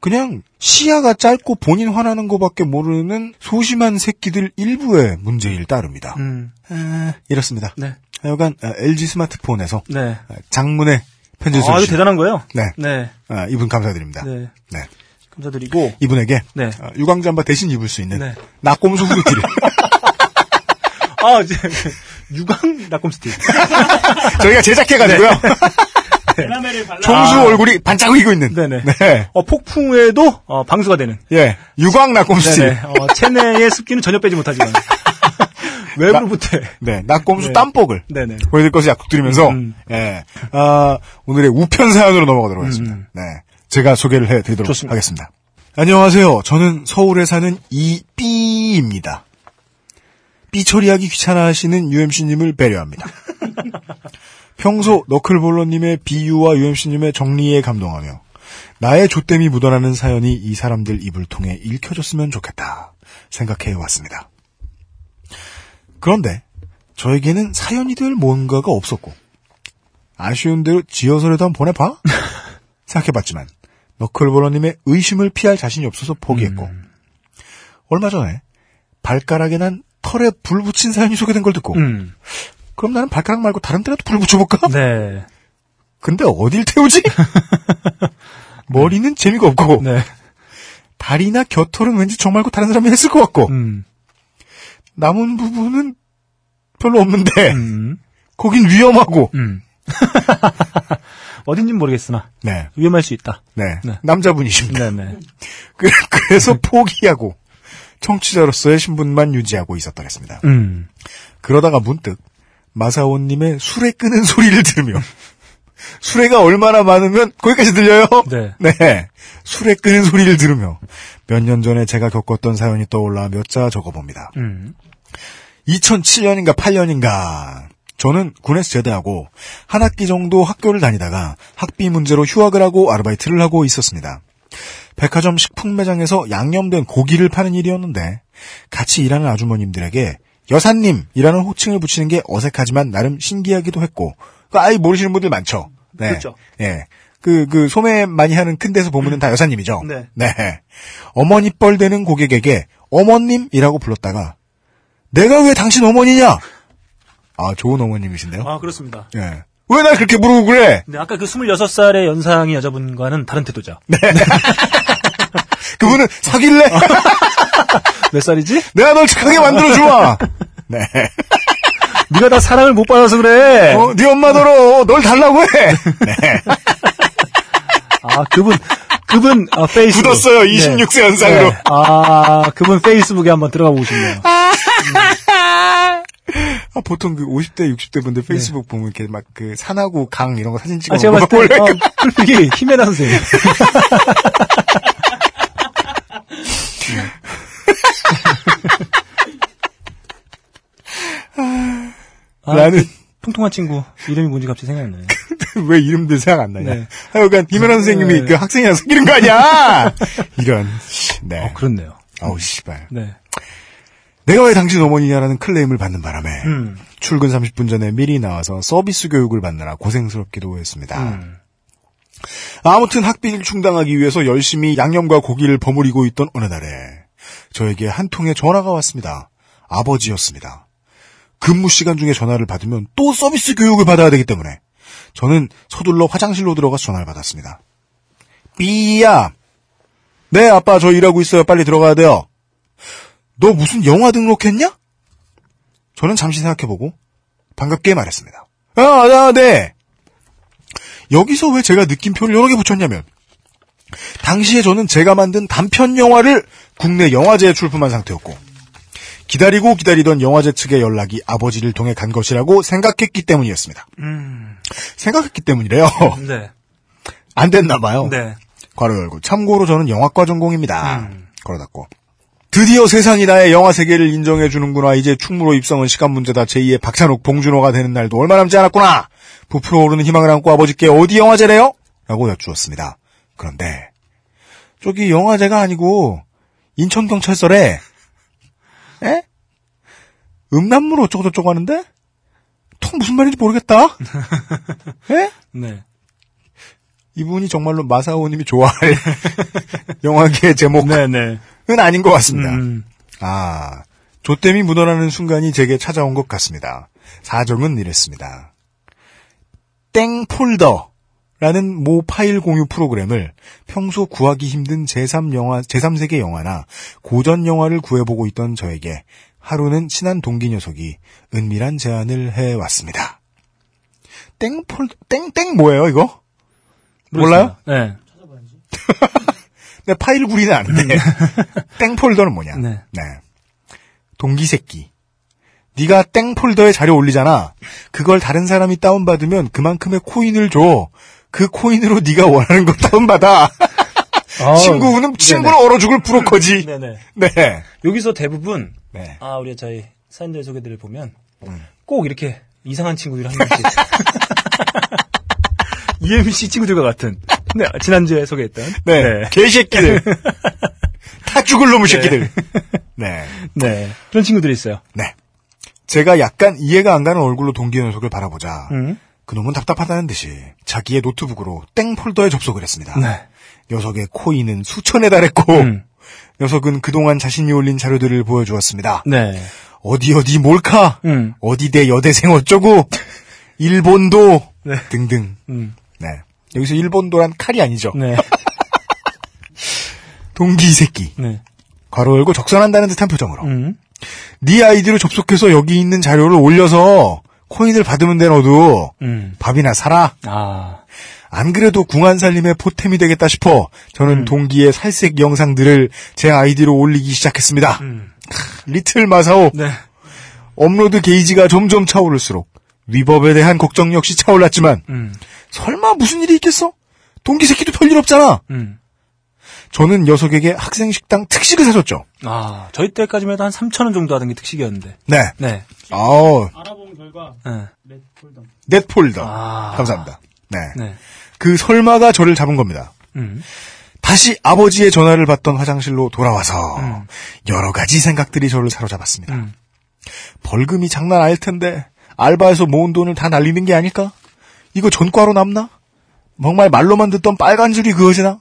그냥 시야가 짧고 본인 화나는 것밖에 모르는 소심한 새끼들 일부의 문제일 따릅니다.
음.
에, 이렇습니다.
네.
하여간 어, LG 스마트폰에서
네.
어, 장문의 편지를
아, 이거
써주신
대단한 거예요?
네.
네.
아, 이분 감사드립니다.
네.
네.
감사드리고.
이분에게
네.
어, 유광잠바 대신 입을 수 있는
네.
낙곰수 후드티를
아, 이제 유광 낙곰스틱.
저희가 제작해가지고요.
네. 아.
에나멜을 발라
총수 얼굴이 반짝이고 있는.
네네.
아. 네.
어, 폭풍에도 어, 방수가 되는.
예. 유광 낙곰수.
네네. 어, 체내의 습기는 전혀 빼지 못하지만. 외부로부터.
네. 낙곰수
네.
땀복을.
네네.
보여드릴 것을 약속드리면서,
음.
예. 음. 아, 오늘의 우편 사연으로 넘어가도록 하겠습니다. 네. 제가 소개를 해드리도록 하겠습니다. 안녕하세요. 저는 서울에 사는 이삐입니다. 삐 처리하기 귀찮아하시는 UMC님을 배려합니다. 평소 너클볼러님의 비유와 UMC님의 정리에 감동하며 나의 좆됨이 묻어나는 사연이 이 사람들 입을 통해 읽혀졌으면 좋겠다 생각해왔습니다. 그런데 저에게는 사연이 될 뭔가가 없었고 아쉬운 대로 지어서라도 한번 보내봐? 생각해봤지만 너클볼러님의 의심을 피할 자신이 없어서 포기했고
음.
얼마 전에 발가락에 난 털에 불 붙인 사연이 소개된 걸 듣고
음.
그럼 나는 발가락 말고 다른 데라도 불 붙여볼까?
네.
근데 어딜 태우지? 머리는 재미가 없고
네.
다리나 겨털은 왠지 저 말고 다른 사람이 했을 것 같고
음.
남은 부분은 별로 없는데
음.
거긴 위험하고
음. 어딘진 모르겠으나
네,
위험할 수 있다.
네,
네.
남자분이십니다.
네네.
그- 그래서 포기하고 청취자로서의 신분만 유지하고 있었더랬습니다.
음.
그러다가 문득 마사오님의 수레 끄는 소리를 들으며 수레가 얼마나 많으면 거기까지 들려요.
네.
수레 끄는 소리를 들으며 몇 년 전에 제가 겪었던 사연이 떠올라 몇 자 적어봅니다.
음.
2007년인가 8년인가 저는 군에서 제대하고 한 학기 정도 학교를 다니다가 학비 문제로 휴학을 하고 아르바이트를 하고 있었습니다. 백화점 식품 매장에서 양념된 고기를 파는 일이었는데 같이 일하는 아주머님들에게 여사님이라는 호칭을 붙이는 게 어색하지만 나름 신기하기도 했고 그 아예 모르시는 분들 많죠. 네.
그렇죠.
예. 그, 그, 소매 많이 하는 큰 데서 보면은 다 여사님이죠?
네.
어머니 뻘 되는 고객에게 어머님이라고 불렀다가, 내가 왜 당신 어머니냐? 아, 좋은 어머님이신데요?
아 그렇습니다.
예. 왜 날 그렇게 부르고 그래?
근데 아까 그 26살의 연상의 여자분과는 다른 태도죠.
네. 그분은 사귈래?
몇 살이지?
내가 널 착하게 만들어주마! 네.
네가 다 사랑을 못 받아서 그래.
어, 네 엄마 더러 널 달라고 해!
아 그분 그분 아, 페이스북
굳었어요, 26세 연상으로.
아 그분 페이스북에 한번 들어가 보고 싶네요.
아, 보통 그 50대, 60대 분들 페이스북 보면 이렇게 막 그 산하고 강 이런 거 사진 찍어
아, 제가
놓고
봤을 때,
올라가-
어, 이게 히메나 선생님. 아,
나는-
통통한 친구 이름이 뭔지 갑자기 생각나네.
왜 이름들 생각 안 나냐.
네.
하여간 김연아 선생님이
네.
그 학생이랑 사귀는 거 아니야! 이런. 네.
그렇네요.
아우, 씨발.
네.
내가 왜 당신 어머니냐라는 클레임을 받는 바람에
음.
출근 30분 전에 미리 나와서 서비스 교육을 받느라 고생스럽기도 했습니다. 아무튼 학비를 충당하기 위해서 열심히 양념과 고기를 버무리고 있던 어느 날에 저에게 한 통의 전화가 왔습니다. 아버지였습니다. 근무 시간 중에 전화를 받으면 또 서비스 교육을 받아야 되기 때문에 저는 서둘러 화장실로 들어가서 전화를 받았습니다. 삐야! 네, 아빠, 저 일하고 있어요. 빨리 들어가야 돼요. 너 무슨 영화 등록했냐? 저는 잠시 생각해보고 반갑게 말했습니다. 아, 아, 네. 여기서 왜 제가 느낌표를 여러 개 붙였냐면 당시에 저는 제가 만든 단편 영화를 국내 영화제에 출품한 상태였고 기다리고 기다리던 영화제 측의 연락이 아버지를 통해 간 것이라고 생각했기 때문이었습니다. 생각했기 때문이래요.
네.
안 됐나 봐요.
네.
괄호 열고 참고로 저는 영화과 전공입니다. 걸어 닫고 드디어 세상이 나의 영화 세계를 인정해 주는구나. 이제 충무로 입성은 시간 문제다. 제2의 박찬욱, 봉준호가 되는 날도 얼마 남지 않았구나. 부풀어 오르는 희망을 안고 아버지께 어디 영화제래요? 라고 여쭈었습니다. 그런데 저기 영화제가 아니고 인천 경찰서래. 에? 음란물 어쩌고저쩌고 하는데? 통 무슨 말인지 모르겠다. 에?
네.
이분이 정말로 마사오님이 좋아할 영화계 제목은
네.
아닌 것 같습니다.
음.
아, 조땜이 묻어나는 순간이 제게 찾아온 것 같습니다. 사정은 이랬습니다. 땡 폴더라는 모 파일 공유 프로그램을 평소 구하기 힘든 제3 영화, 제3세계 영화나 고전 영화를 구해보고 있던 저에게 하루는 친한 동기 녀석이 은밀한 제안을 해왔습니다. 땡 폴더, 땡땡 뭐예요, 이거? 몰라요?
네.
근데 네, 파일 구리는 아는데 땡 폴더는 뭐냐?
네.
동기 새끼. 네가 땡 폴더에 자료 올리잖아. 그걸 다른 사람이 다운 받으면 그만큼의 코인을 줘. 그 코인으로 네가 원하는 거 다운 받아.
아,
친구는 친구는 얼어 죽을 브로커지.
네네.
네.
여기서 대부분
네.
아 우리 저희 사연들 소개들을 보면 꼭 이렇게 이상한 친구들 한 명씩
EMC 친구들과 같은. 네, 지난주에 소개했던.
네.
네.
개새끼들. 다 죽을 놈의 새끼들. 네.
네. 그런 친구들이 있어요.
네. 제가 약간 이해가 안 가는 얼굴로 동기 녀석을 바라보자.
음.
그놈은 답답하다는 듯이 자기의 노트북으로 땡 폴더에 접속을 했습니다.
네.
녀석의 코인은 수천에 달했고,
음.
녀석은 그동안 자신이 올린 자료들을 보여주었습니다.
네.
어디 어디 몰카,
음.
어디 대 여대생 어쩌고, 일본도 등등.
네. 음.
네. 여기서 일본도란 칼이 아니죠.
네.
동기 이 새끼.
네.
괄호 열고 적선한다는 듯한 표정으로.
음.
네 아이디로 접속해서 여기 있는 자료를 올려서 코인을 받으면 돼 너도
음.
밥이나 사라.
아.
안 그래도 궁한살림의 보탬이 되겠다 싶어 저는
음.
동기의 살색 영상들을 제 아이디로 올리기 시작했습니다. 크, 리틀 마사오
음. 네.
업로드 게이지가 점점 차오를수록 위법에 대한 걱정 역시 차올랐지만
음.
설마 무슨 일이 있겠어? 동기 새끼도 별일 없잖아.
음.
저는 녀석에게 학생 식당 특식을 사줬죠.
아, 저희 때까지만 해도 한 3,000원 정도 하던 게 특식이었는데.
네.
네.
아우
알아본 결과
네.
넷폴더.
넷폴더.
아.
감사합니다. 네.
네.
그 설마가 저를 잡은 겁니다.
음.
다시 아버지의 전화를 받던 화장실로 돌아와서 여러 가지 생각들이 저를 사로잡았습니다.
음.
벌금이 장난 아닐 텐데 알바에서 모은 돈을 다 날리는 게 아닐까? 이거 전과로 남나? 정말 말로만 듣던 빨간 줄이 그어지나?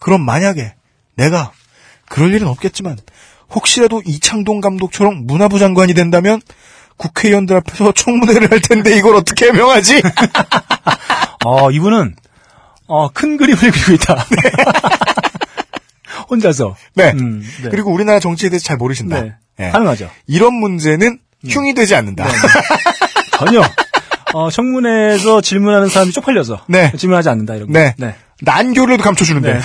그럼 만약에 내가 그럴 일은 없겠지만 혹시라도 이창동 감독처럼 문화부 장관이 된다면 국회의원들 앞에서 청문회를 할 텐데 이걸 어떻게 해명하지?
아, 이분은, 어, 큰 그림을 그리고 있다. 혼자서.
네.
음, 네.
그리고 우리나라 정치에 대해서 잘 모르신다.
네. 음.
예.
가능하죠.
이런 문제는 흉이 되지
네,
않는다.
전혀. 어, 청문회에서 질문하는 사람이 쪽팔려서.
네.
질문하지 않는다, 이런 거.
네.
네.
난교를 감춰주는데.
네.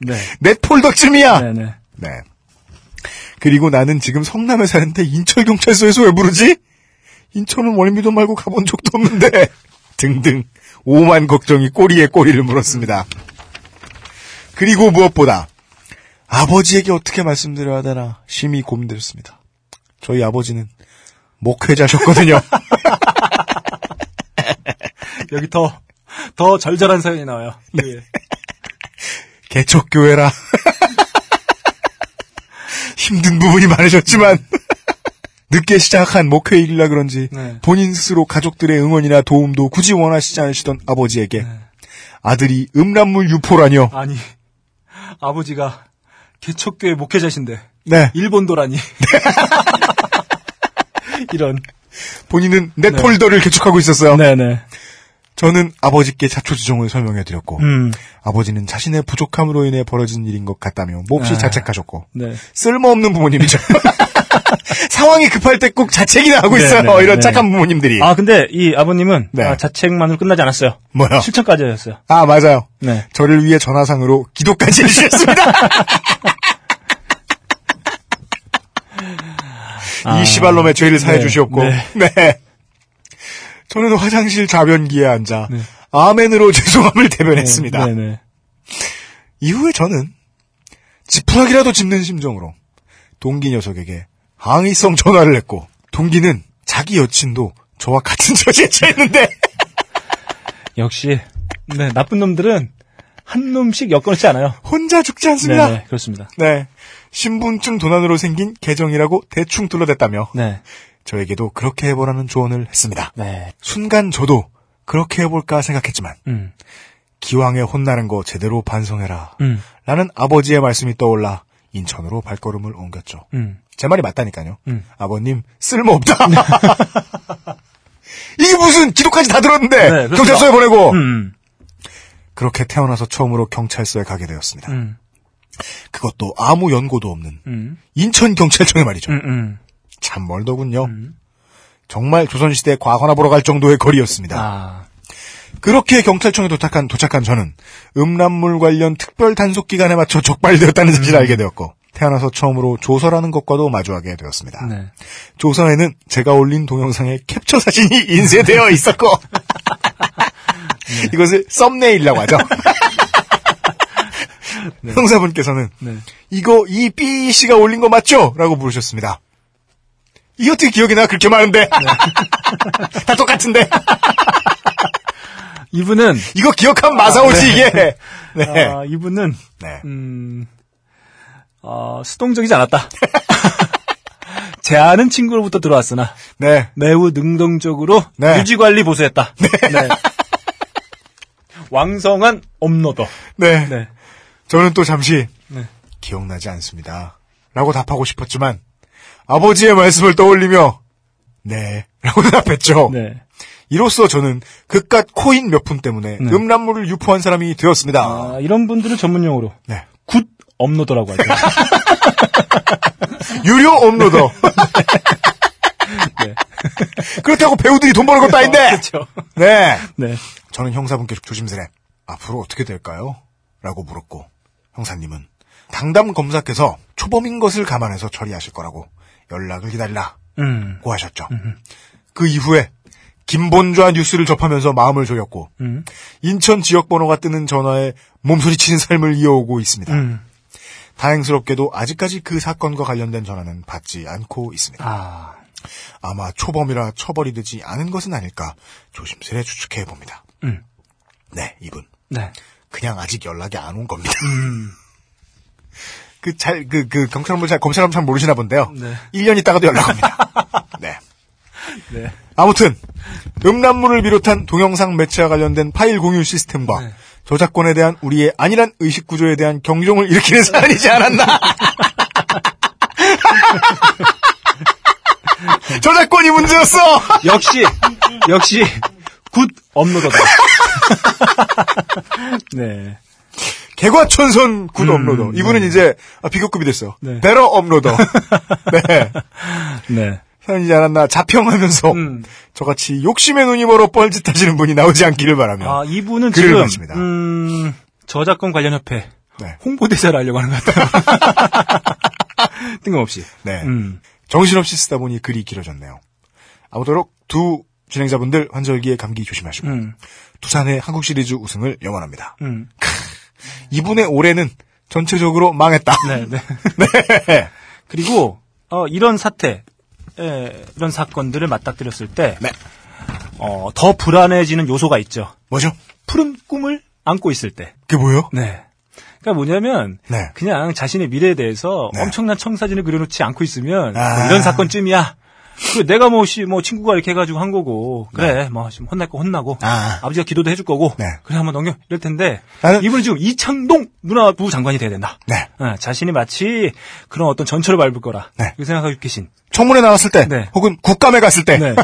네.
넷폴더쯤이야! 네.
네, 네.
그리고 나는 지금 성남에 사는데 인천경찰서에서 왜 부르지? 인천은 월미도 말고 가본 적도 없는데. 등등. 오만 걱정이 꼬리에 꼬리를 물었습니다. 그리고 무엇보다 아버지에게 어떻게 말씀드려야 되나 심히 고민되셨습니다. 저희 아버지는 목회자셨거든요.
여기 더, 더 절절한 사연이 나와요. 네.
개척교회라. 힘든 부분이 많으셨지만, 늦게 시작한 목회일이라 그런지,
네.
본인 스스로 가족들의 응원이나 도움도 굳이 원하시지 않으시던 아버지에게, 아들이 음란물
네.
유포라뇨.
아니, 아버지가 개척교회 목회자신데,
네.
일본도라니. 이런.
본인은 넷폴더를 개척하고 있었어요.
네. 네네.
저는 아버지께 자초지종을 설명해드렸고,
음.
아버지는 자신의 부족함으로 인해 벌어진 일인 것 같다며 몹시
아.
자책하셨고,
네.
쓸모없는 부모님이죠. 상황이 급할 때 꼭 자책이나 하고
네,
있어요.
네,
이런
네.
착한 부모님들이.
아, 근데 이 아버님은
예. 네. 음.
아, 자책만으로 끝나지 않았어요.
뭐요?
실천까지 하셨어요.
아, 맞아요.
네.
저를 위해 전화상으로 기도까지 해주셨습니다. 이 시발놈의 죄를 사해
아, 네,
주시옵고.
네.
네. 저는 화장실 자변기에 앉아 아멘으로 죄송함을 대변했습니다.
네. 네네.
이후에 저는 지푸라기라도 짚는 심정으로 동기 녀석에게 항의성 전화를 했고 동기는 자기 여친도 저와 같은 처지에 처했는데
역시, 네, 나쁜 놈들은 한 놈씩 엮어놓지 않아요.
혼자 죽지 않습니다.
네네, 그렇습니다.
네. 신분증 도난으로 생긴 계정이라고 대충 둘러댔다며
네.
저에게도 그렇게 해보라는 조언을 했습니다.
네.
순간 저도 그렇게 해볼까 생각했지만
음.
기왕에 혼나는 거 제대로 반성해라
음.
라는 아버지의 말씀이 떠올라 인천으로 발걸음을 옮겼죠.
음.
제 말이 맞다니까요.
음.
아버님 쓸모없다. 이게 무슨 기도까지 다 들었는데
네, 그렇습니다.
경찰서에 보내고
음.
그렇게 태어나서 처음으로 경찰서에 가게 되었습니다.
음.
그것도 아무 연고도 없는
음.
인천 경찰청에 말이죠.
음. 음.
참 멀더군요. 정말 조선시대 과거나 보러 갈 정도의 거리였습니다.
아.
그렇게 경찰청에 도착한, 도착한 저는 음란물 관련 특별 단속 기간에 맞춰
음.
적발되었다는 사실을 알게 되었고, 태어나서 처음으로 조서라는 것과도 마주하게 되었습니다.
네.
조서에는 제가 올린 동영상의 캡처 사진이
네.
인쇄되어 있었고, 이것을 썸네일이라고 하죠. 형사분께서는
네.
이거 이 B 씨가 올린 거 맞죠? 라고 물으셨습니다. 이 어떻게 기억이 나? 그렇게 많은데 다 똑같은데
이분은
이거 기억하면 마사오지 이게. 네.
아, 이분은
네.
음, 어, 수동적이지 않았다. 제 아는 친구로부터 들어왔으나
네.
매우 능동적으로
네.
유지 관리 보수했다. 네. 왕성한 업로더.
네.
네.
저는 또 잠시
네.
기억나지 않습니다. 라고 답하고 싶었지만 아버지의 말씀을 떠올리며 네. 라고 대답했죠.
네.
이로써 저는 그깟 코인 몇 푼 때문에 음란물을 유포한 사람이 되었습니다.
네. 아, 이런 분들은 전문 용어로
네.
굿 업로더라고 하죠.
유료 업로더.
네.
그렇다고 배우들이 돈 버는 것도
어,
아닌데. 네.
네.
저는 형사분께 조심스레 앞으로 어떻게 될까요? 라고 물었고 형사님은 당담 검사께서 초범인 것을 감안해서 처리하실 거라고 연락을 기다리라고
음.
하셨죠. 그 이후에 김본좌 뉴스를 접하면서 마음을 졸였고
음.
인천 지역 번호가 뜨는 전화에 몸소리 치는 삶을 이어오고 있습니다.
음.
다행스럽게도 아직까지 그 사건과 관련된 전화는 받지 않고 있습니다.
아.
아마 초범이라 처벌이 되지 않은 것은 아닐까 조심스레 추측해 봅니다.
음.
네, 이분.
네.
그냥 아직 연락이 안 온 겁니다.
음.
그 잘, 그, 그, 경찰분 잘, 검찰분 잘 모르시나 본데요.
네.
1년 있다가도 연락 옵니다. 네.
네.
아무튼, 음란물을 비롯한 동영상 매체와 관련된 파일 공유 시스템과
네.
저작권에 대한 우리의 안일한 의식 구조에 대한 경종을 일으키는
네.
사안이지 않았나. 저작권이 문제였어!
역시 역시 굿 업로더다. 네.
개과천선 굿 업로더. 이분은 이제 아, 비교급이 됐어.
음, 네.
베러 업로더. 네.
네.
사연이지 않았나 자평하면서
음.
저같이 욕심의 눈이 멀어 뻘짓하시는 분이 나오지 않기를 바라며
아, 이분은
글을
지금
마칩니다.
음, 저작권 관련 협회
네.
홍보대사를 하려고 하는 것 같아요. 뜬금없이.
네.
음.
정신없이 쓰다 보니 글이 길어졌네요. 아무쪼록 두 진행자분들 환절기에 감기 조심하시고
음.
두산의 한국 시리즈 우승을 영원합니다.
음.
이분의 올해는 전체적으로 망했다.
네, 네. 그리고 어, 이런 사태, 예, 이런 사건들을 맞닥뜨렸을 때,
네.
어, 더 불안해지는 요소가 있죠.
뭐죠?
푸른 꿈을 안고 있을 때.
그게 뭐예요?
네. 그러니까 뭐냐면
네.
그냥 자신의 미래에 대해서
네.
엄청난 청사진을 그려놓지 않고 있으면
아.
뭐 이런 사건쯤이야. 그 내가 뭐시 뭐 친구가 이렇게 해가지고 한 거고 그래 뭐 지금 혼날 거 혼나고
아.
버지가 기도도 해줄 거고
네.
그래 한번 넘겨 이럴 텐데
나는-
이분은 지금 이창동 문화부 장관이 돼야 된다.
네.
어, 자신이 마치 그런 어떤 전철을 밟을 거라
네.
이렇게 생각하고 계신.
청문회 나왔을 때,
네.
혹은 국감에 갔을 때,
네.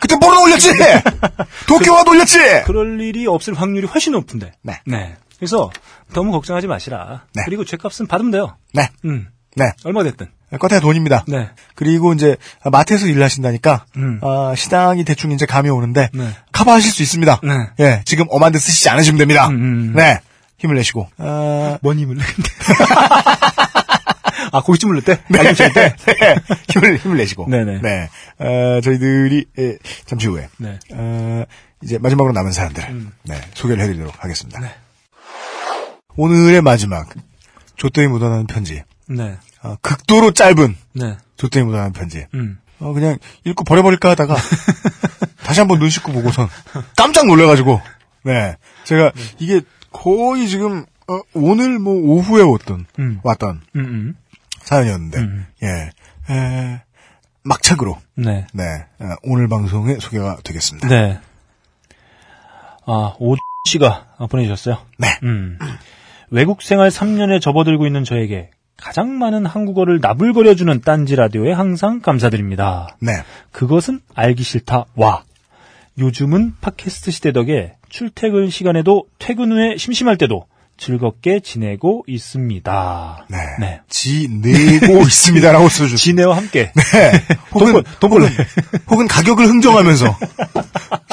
그때 뭐라 올렸지? 도쿄와 올렸지?
그럴 일이 없을 확률이 훨씬 높은데.
네.
그래서 너무 걱정하지 마시라.
네.
그리고 죄값은 받으면 돼요.
네,
음.
네.
얼마 됐든.
껏해 돈입니다.
네.
그리고 이제 마트에서 일을 하신다니까
음.
아, 시당이 대충 이제 감이 오는데
네.
커버하실 수 있습니다.
네.
예, 지금 엄한데 쓰시지 않으시면 됩니다.
음, 음.
네, 힘을 내시고 아,
뭔 힘을 내는데? 아, 고깃집 물릴 때? 알림 줄 때?
네, 힘을 힘을 내시고
네네.
네, 어, 저희들이 예, 잠시 후에
네. 음.
어, 이제 마지막으로 남은 사람들 네, 소개를 해드리도록 하겠습니다.
네.
오늘의 마지막 조또이 묻어나는 편지
네.
아, 극도로 짧은
네.
조또이 묻어나는 편지
음.
어, 그냥 읽고 버려버릴까 하다가 다시 한번 눈 씻고 보고선 깜짝 놀래가지고 네 제가 이게 거의 지금 어, 오늘 뭐 오후에 왔던
음.
왔던
음, 음.
사연이었는데 예 에, 막착으로
네.
네 어, 오늘 방송에 소개가 되겠습니다
네. 아, 오 씨가 보내주셨어요.
네.
음. 외국 생활 3년에 접어들고 있는 저에게 가장 많은 한국어를 나불거려주는 딴지 라디오에 항상 감사드립니다.
네
그것은 알기 싫다. 와. 요즘은 팟캐스트 시대 덕에 출퇴근 시간에도 퇴근 후에 심심할 때도 즐겁게 지내고 있습니다.
네.
네.
지내고 있습니다라고 써주셨습니다.
지네와 함께.
네. 혹은,
돈벌- 돈벌레.
혹은, 혹은 가격을 흥정하면서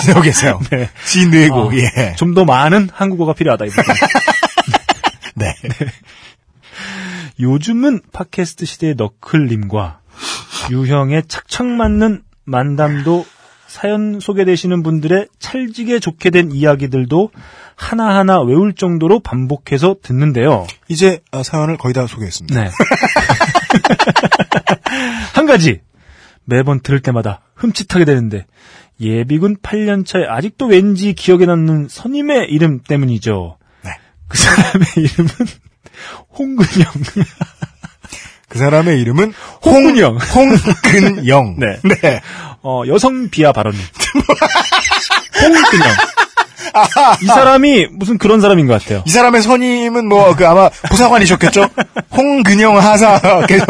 지내고 계세요.
네. 아.
지내고, 예.
어, 좀 더 많은 한국어가 필요하다. 이분
네.
요즘은 팟캐스트 시대의 너클님과 유형에 착착 맞는 만담도 사연 소개되시는 분들의 찰지게 좋게 된 이야기들도 하나하나 외울 정도로 반복해서 듣는데요.
이제 아, 사연을 거의 다 소개했습니다.
네. 한 가지. 매번 들을 때마다 흠칫하게 되는데 예비군 8년차에 아직도 왠지 기억에 남는 선임의 이름 때문이죠.
네.
그 사람의 이름은 홍근영.
그 사람의 이름은
홍근영.
홍근영.
네. 어, 여성 비하 발언님. 홍근영. 이 사람이 무슨 그런 사람인 것 같아요.
이 사람의 선임은 뭐 그 아마 보사관이셨겠죠? 홍근영 하사 계속.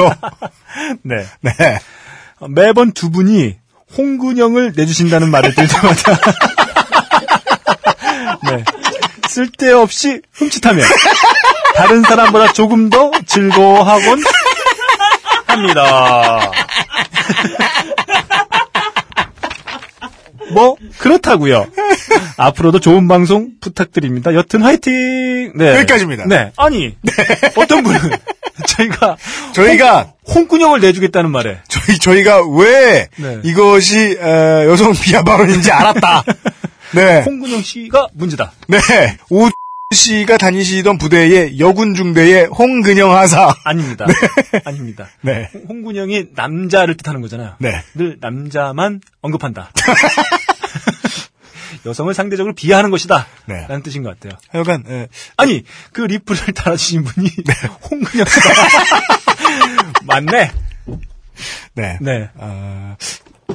네.
네.
어, 매번 두 분이 홍근영을 내주신다는 말을 들을 때마다 네. 쓸데없이 흠칫하며 다른 사람보다 조금 더 즐거워하곤 합니다. 뭐 그렇다고요. 앞으로도 좋은 방송 부탁드립니다. 여튼 화이팅. 네.
여기까지입니다.
네. 아니 어떤 분은 저희가
저희가
홍근영을 내주겠다는 말에
저희 저희가 왜
네.
이것이 어, 여성 비하 발언인지 알았다. 네.
홍근영 씨가 문제다.
네. 오 씨가 다니시던 부대의 여군 중대의 홍근영 하사.
아닙니다. 아닙니다.
네.
홍- 홍군형이 남자를 뜻하는 거잖아요.
네.
늘 남자만 언급한다. 여성을 상대적으로 비하하는 것이다.
네.
라는 뜻인 것 같아요.
하여간 예.
아니, 그 리플을 달아주신 분이 홍근영 씨다. 맞네.
네.
네.
아,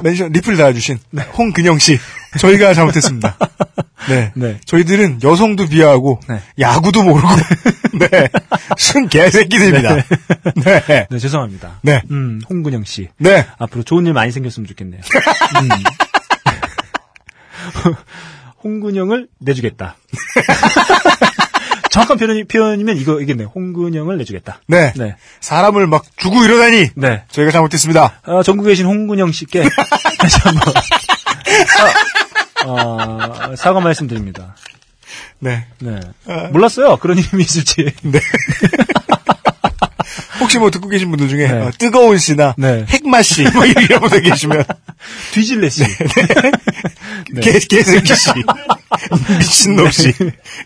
멘션 리플 달아주신 홍근영 씨 저희가 잘못했습니다. 네.
네.
저희들은 여성도 비하하고
네.
야구도 모르고 네. 순 개새끼들입니다. 네. 네.
네, 죄송합니다.
네.
음, 홍근영 씨.
네.
앞으로 좋은 일 많이 생겼으면 좋겠네요. 음. 홍근영을 내주겠다. 정확한 표현이, 표현이면 이거, 이겠네요. 홍근영을 내주겠다. 네.
사람을 막 주고 이러다니
네.
저희가 잘못했습니다.
아, 전국에 계신 홍근영 씨께 다시 한 번. 아, 아, 사과 말씀드립니다.
네.
네. 몰랐어요. 그런 이름이 있을지.
혹시 뭐 듣고 계신 분들 중에
네.
어, 뜨거운 씨나
네.
핵마 씨뭐 이런 분들 계시면
뒤질래 씨. 네.
개, 개새끼 씨 미친놈 씨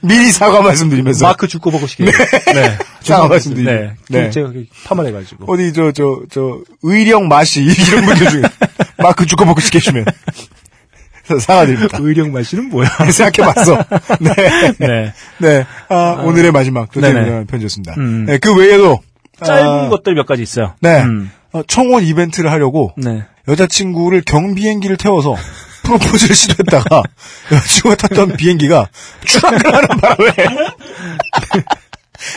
미리 사과 말씀드리면서
마크 죽고 보고 시게. 네.
사과
죄송합니다.
말씀드립니다.
네.
네.
제가 파마해가지고.
어디 저 저 저 의령 마씨 이런 분들 중에 마크 주고 먹고 시키시면 사과드립니다.
그 의령 말씨는 뭐야?
생각해봤어. 네. 네.
네.
아, 오늘의 마지막 도대체
네네.
유명한 편지였습니다.
음.
네, 그 외에도
짧은
아,
것들 몇 가지 있어요.
네.
음.
어, 청혼 이벤트를 하려고
네.
여자친구를 경비행기를 태워서 프로포즈를 시도했다가 여자친구가 탔던 비행기가 추락을 하는 바람에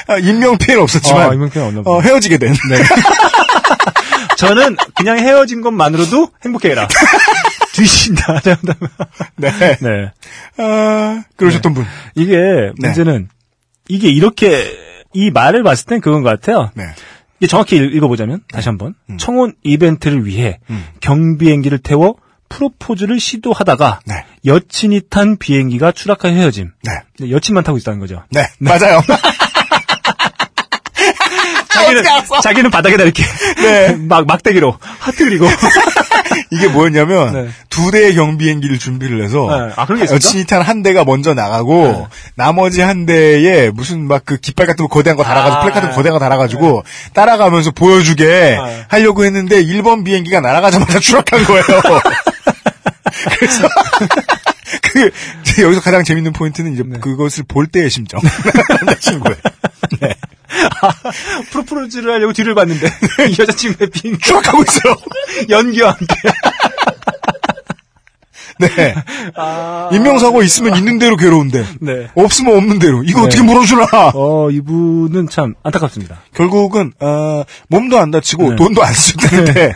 아, 인명피해는 없었지만
아, 인명피해는 없나
어,
보네.
헤어지게 된
저는 그냥 헤어진 것만으로도 행복해라. 뒤진다.
네.
네.
아, 그러셨던 분.
이게
네.
문제는 이게 이렇게 이 말을 봤을 땐 그건 것 같아요.
네.
이게 정확히 읽- 읽어보자면 다시 한번 청혼 이벤트를 위해 경비행기를 태워 프로포즈를 시도하다가
네.
여친이 탄 비행기가 추락하여 헤어짐.
네.
근데 여친만 타고 있었다는 거죠.
네. 맞아요.
자기는 자기는 바닥에다 이렇게
네.
막 막대기로 하트 그리고
이게 뭐였냐면
네.
두 대의 경비행기를 준비를 해서
네. 아, 그런 게 있습니까?
여친이 탄 한 대가 먼저 나가고 나머지 한 대에 무슨 막 그 깃발 같은 거 거대한 거 달아가지고 네.
아.
플래카드 같은 거 거대한 거 달아가지고 따라가면서 보여주게 하려고 했는데 1번 비행기가 날아가자마자 추락한 거예요. 그래서 그 여기서 가장 재밌는 포인트는 이제 그것을 볼 때의 심정. 네, 남자친구의.
프로포즈를 하려고 뒤를 봤는데 이 여자친구의 비행기
추락하고 있어요.
연기와 함께
네.
아.
인명사고 있으면 있는 대로 괴로운데.
네.
없으면 없는 대로. 이거 어떻게 물어주나.
어 이분은 참 안타깝습니다.
결국은, 어, 몸도 안 다치고
네.
돈도 안 쓰는데.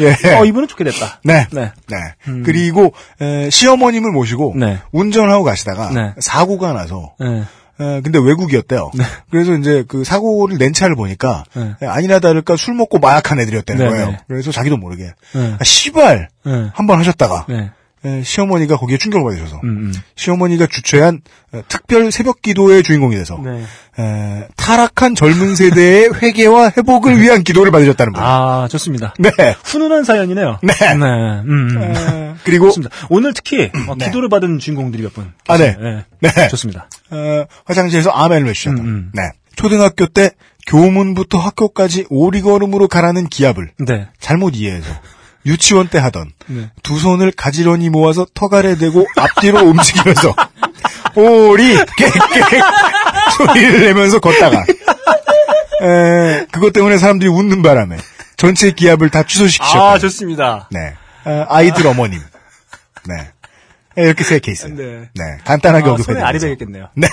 예.
어 이분은 좋게 됐다.
네.
네.
네. 그리고, 에, 시어머님을 모시고,
네.
운전하고 가시다가,
네.
사고가 나서,
네.
에, 근데 외국이었대요. 그래서 이제 그 사고를 낸 차를 보니까,
네.
에, 아니나 다를까 술 먹고 마약한 애들이었다는
네,
거예요.
네.
그래서 자기도 모르게,
네.
아, 시발!
네.
한 번 하셨다가,
네.
에, 시어머니가 거기에 충격을 받으셔서
음, 음.
시어머니가 주최한 에, 특별 새벽 기도의 주인공이 돼서
네.
에, 타락한 젊은 세대의 회개와 회복을 위한 기도를 받으셨다는 분.
음. 아, 좋습니다.
네.
훈훈한 사연이네요.
네.
음, 음.
그리고
좋습니다. 오늘 특히 어, 기도를 받은 주인공들이 몇 분.
아,
계세요.
네.
예.
네.
좋습니다.
어, 화장실에서 아멘을 외치셨다.
음, 음.
네. 초등학교 때 교문부터 학교까지 오리걸음으로 가라는 기합을
네.
잘못 이해해서 유치원 때 하던 두 손을 가지런히 모아서 턱아래 대고 앞뒤로 움직이면서 오리 깨깨 소리를 내면서 걷다가 에, 그것 때문에 사람들이 웃는 바람에 전체 기합을 다 취소시키셨다.
아, 좋습니다.
네. 어, 아이들 어머님. 네. 네, 이렇게 세 케이스.
네.
간단하게
아, 손에 아리 베겠겠네요.
언급해드리면서. 네.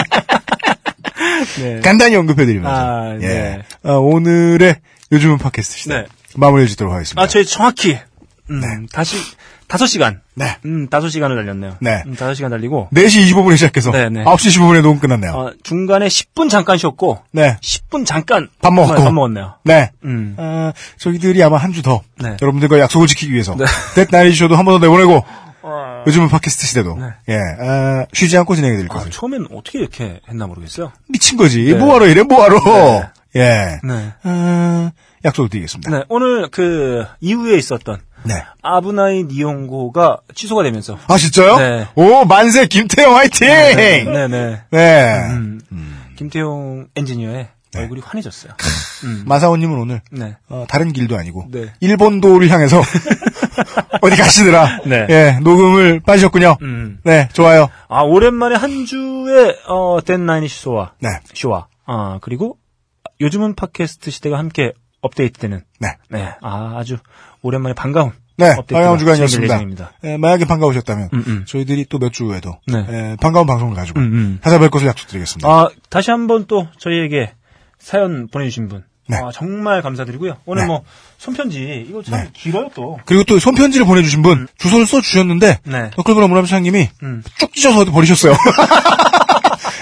네.
간단히 언급해드리면서.
아,
예.
네.
어, 오늘의 요즘은 팟캐스트 시대.
네.
마무리해 주도록 하겠습니다.
아, 저희 정확히 음, 다시 다섯 시간.
네.
음, 다섯 시간을 달렸네요.
네.
음, 다섯 시간 달리고
4시 25분에 시작해서
네, 네.
9시 25분에 녹음 끝났네요.
어, 중간에 10분 잠깐 쉬었고
네.
10분 잠깐
밥 먹었고.
밥 먹었네요.
네.
음.
아, 저희들이 아마 한 주 더
네.
여러분들과 약속을 지키기 위해서 넷 날이 쇼도 한 번 더 내보내고
아.
요즘은 팟캐스트 시대도 예 아, 쉬지 않고 진행해 드릴
네. 아,
거예요.
처음엔 어떻게 이렇게 했나 모르겠어요.
미친 거지. 뭐하러 이래 뭐하러. 예.
네.
아, 약속을 드리겠습니다.
네, 오늘 그 이후에 있었던
네.
아브나이 니용고가 취소가 되면서
아 진짜요?
네.
오 만세 김태형 화이팅. 네.
네, 네. 음, 김태용 엔지니어의 얼굴이 환해졌어요. 음.
마사오님은 오늘
네.
네. 어, 다른 길도 아니고
네.
일본도를 향해서 어디 가시느라
네.
예, 녹음을 빠지셨군요.
음.
네, 좋아요.
아, 오랜만에 한 주에 어, 덴나인이 쇼와
네,
쇼와 아, 그리고 요즘은 팟캐스트 시대가 함께 업데이트되는
네,
네. 아, 아주 오랜만에 반가운
네.
업데이트가 진행될
방영 주간이었습니다.
예정입니다.
예, 만약에 반가우셨다면
음, 음.
저희들이 또 몇 주 후에도
네.
예, 반가운 방송을 가지고
음, 음.
찾아뵐 것을 약속드리겠습니다.
아, 다시 한번 또 저희에게 사연 보내주신 분.
네.
아, 정말 감사드리고요. 오늘
네.
뭐, 손편지, 이거 참
네.
길어요, 또.
그리고 또 손편지를 보내주신 분 주소를 써 주셨는데
음. 네.
너클브라 문화부장님이
음.
쭉 찢어서 버리셨어요.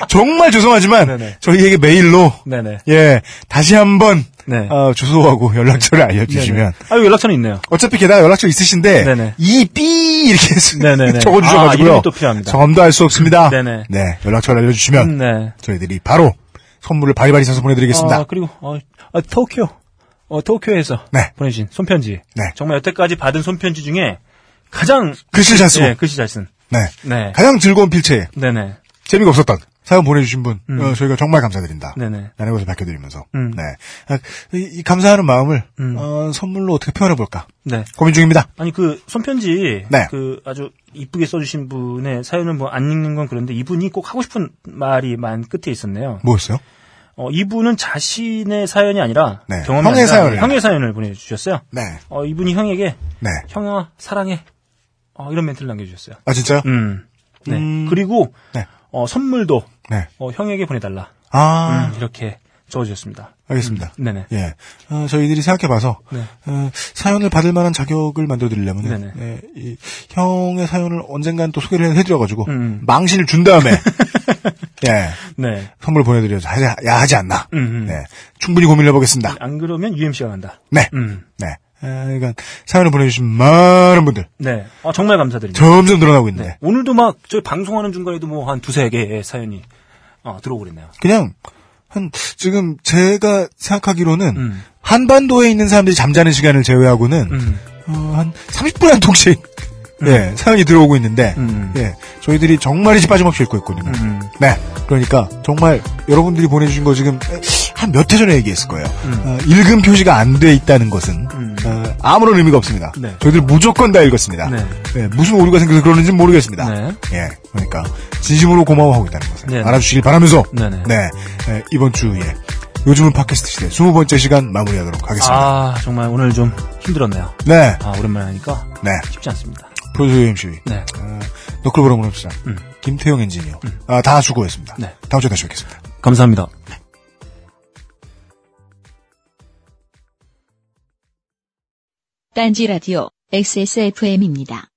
정말 죄송하지만
네네.
저희에게 메일로
네네.
예 다시 한번
네.
어, 주소하고 연락처를 알려주시면
아, 이거 연락처는 있네요.
어차피 게다가 연락처 있으신데
네네.
이삐 이렇게 쓰-
네네네. 아,
적어주셔가지고요.
이름이 또 필요합니다.
정함도 알 수 없습니다.
네네.
네, 연락처를 알려주시면
음, 네.
저희들이 바로 선물을 바리바리 사서 보내드리겠습니다.
아, 그리고, 어, 아, 도쿄. 어, 도쿄에서.
네.
보내주신 손편지.
네.
정말 여태까지 받은 손편지 중에 가장.
글씨를 잘 쓰고
예, 글씨 잘 쓴.
네.
네.
가장 즐거운 필체
네네.
재미가 없었던 사연 보내주신 분 어, 저희가 정말 감사드린다.
음. 네네.
라는 것을 밝혀드리면서
음.
네. 아, 이, 이 감사하는 마음을
음.
어, 선물로 어떻게 표현해볼까
네.
고민 중입니다.
아니 그 손편지
네.
그 아주 이쁘게 써주신 분의 사연을 뭐 안 읽는 건 그런데 이분이 꼭 하고 싶은 말이 맨 끝에 있었네요.
뭐였어요?
어, 이분은 자신의 사연이 아니라
네,
경험이
형의
아니라
사연을.
형의 사연을 보내주셨어요.
네.
어, 이분이 형에게
네.
형아 사랑해 어, 이런 멘트를 남겨주셨어요.
아 진짜요?
음, 네.
음.
그리고
네.
어, 선물도
네.
어, 형에게 보내달라
아
음, 이렇게 적어주셨습니다.
알겠습니다.
네네.
예. 어, 저희들이 생각해봐서,
네.
어, 사연을 받을 만한 자격을 만들어드리려면,
네네.
예, 이 형의 사연을 언젠간 또 소개를 해드려가지고,
음.
망신을 준 다음에, 예,
네.
선물 보내드려야 하지, 야, 하지 않나.
음, 음.
네. 충분히 고민을 해보겠습니다.
안 그러면 UMC가 간다.
네.
음.
네. 아, 그러니까, 사연을 보내주신 많은 분들,
네. 어, 정말 감사드립니다.
점점 늘어나고 있는데,
네. 오늘도 막 저희 방송하는 중간에도 뭐 한 두세 개의 사연이 어, 들어오고 그랬네요.
그냥, 한, 지금 제가 생각하기로는,
음.
한반도에 있는 사람들이 잠자는 시간을 제외하고는,
음.
어, 한 30분 한 통씩 예, 사연이 들어오고 있는데
음.
예, 저희들이 정말이지 빠짐없이 읽고 있거든요.
음.
네, 그러니까 정말 여러분들이 보내주신 거 지금 한 몇 회 전에 얘기했을 거예요. 어, 읽은 표시가 안 돼 있다는 것은
음.
어, 아무런 의미가 없습니다.
네.
저희들 무조건 다 읽었습니다.
네.
예, 무슨 오류가 생겨서 그러는지는 모르겠습니다.
네.
예, 그러니까 진심으로 고마워하고 있다는 것을
네.
알아주시길 바라면서
네네.
네, 예, 이번 주에 요즘은 팟캐스트 시대 20번째 시간 마무리하도록 하겠습니다.
아 정말 오늘 좀 힘들었네요.
네,
아 오랜만에 하니까
네.
쉽지 않습니다.
프로듀서 MC
네.
어, 너클보러 문합시장
음.
김태용 엔지니어 아, 다 수고했습니다.
네.
다음 주에 다시 뵙겠습니다.
감사합니다.
딴지 라디오 XSFM입니다.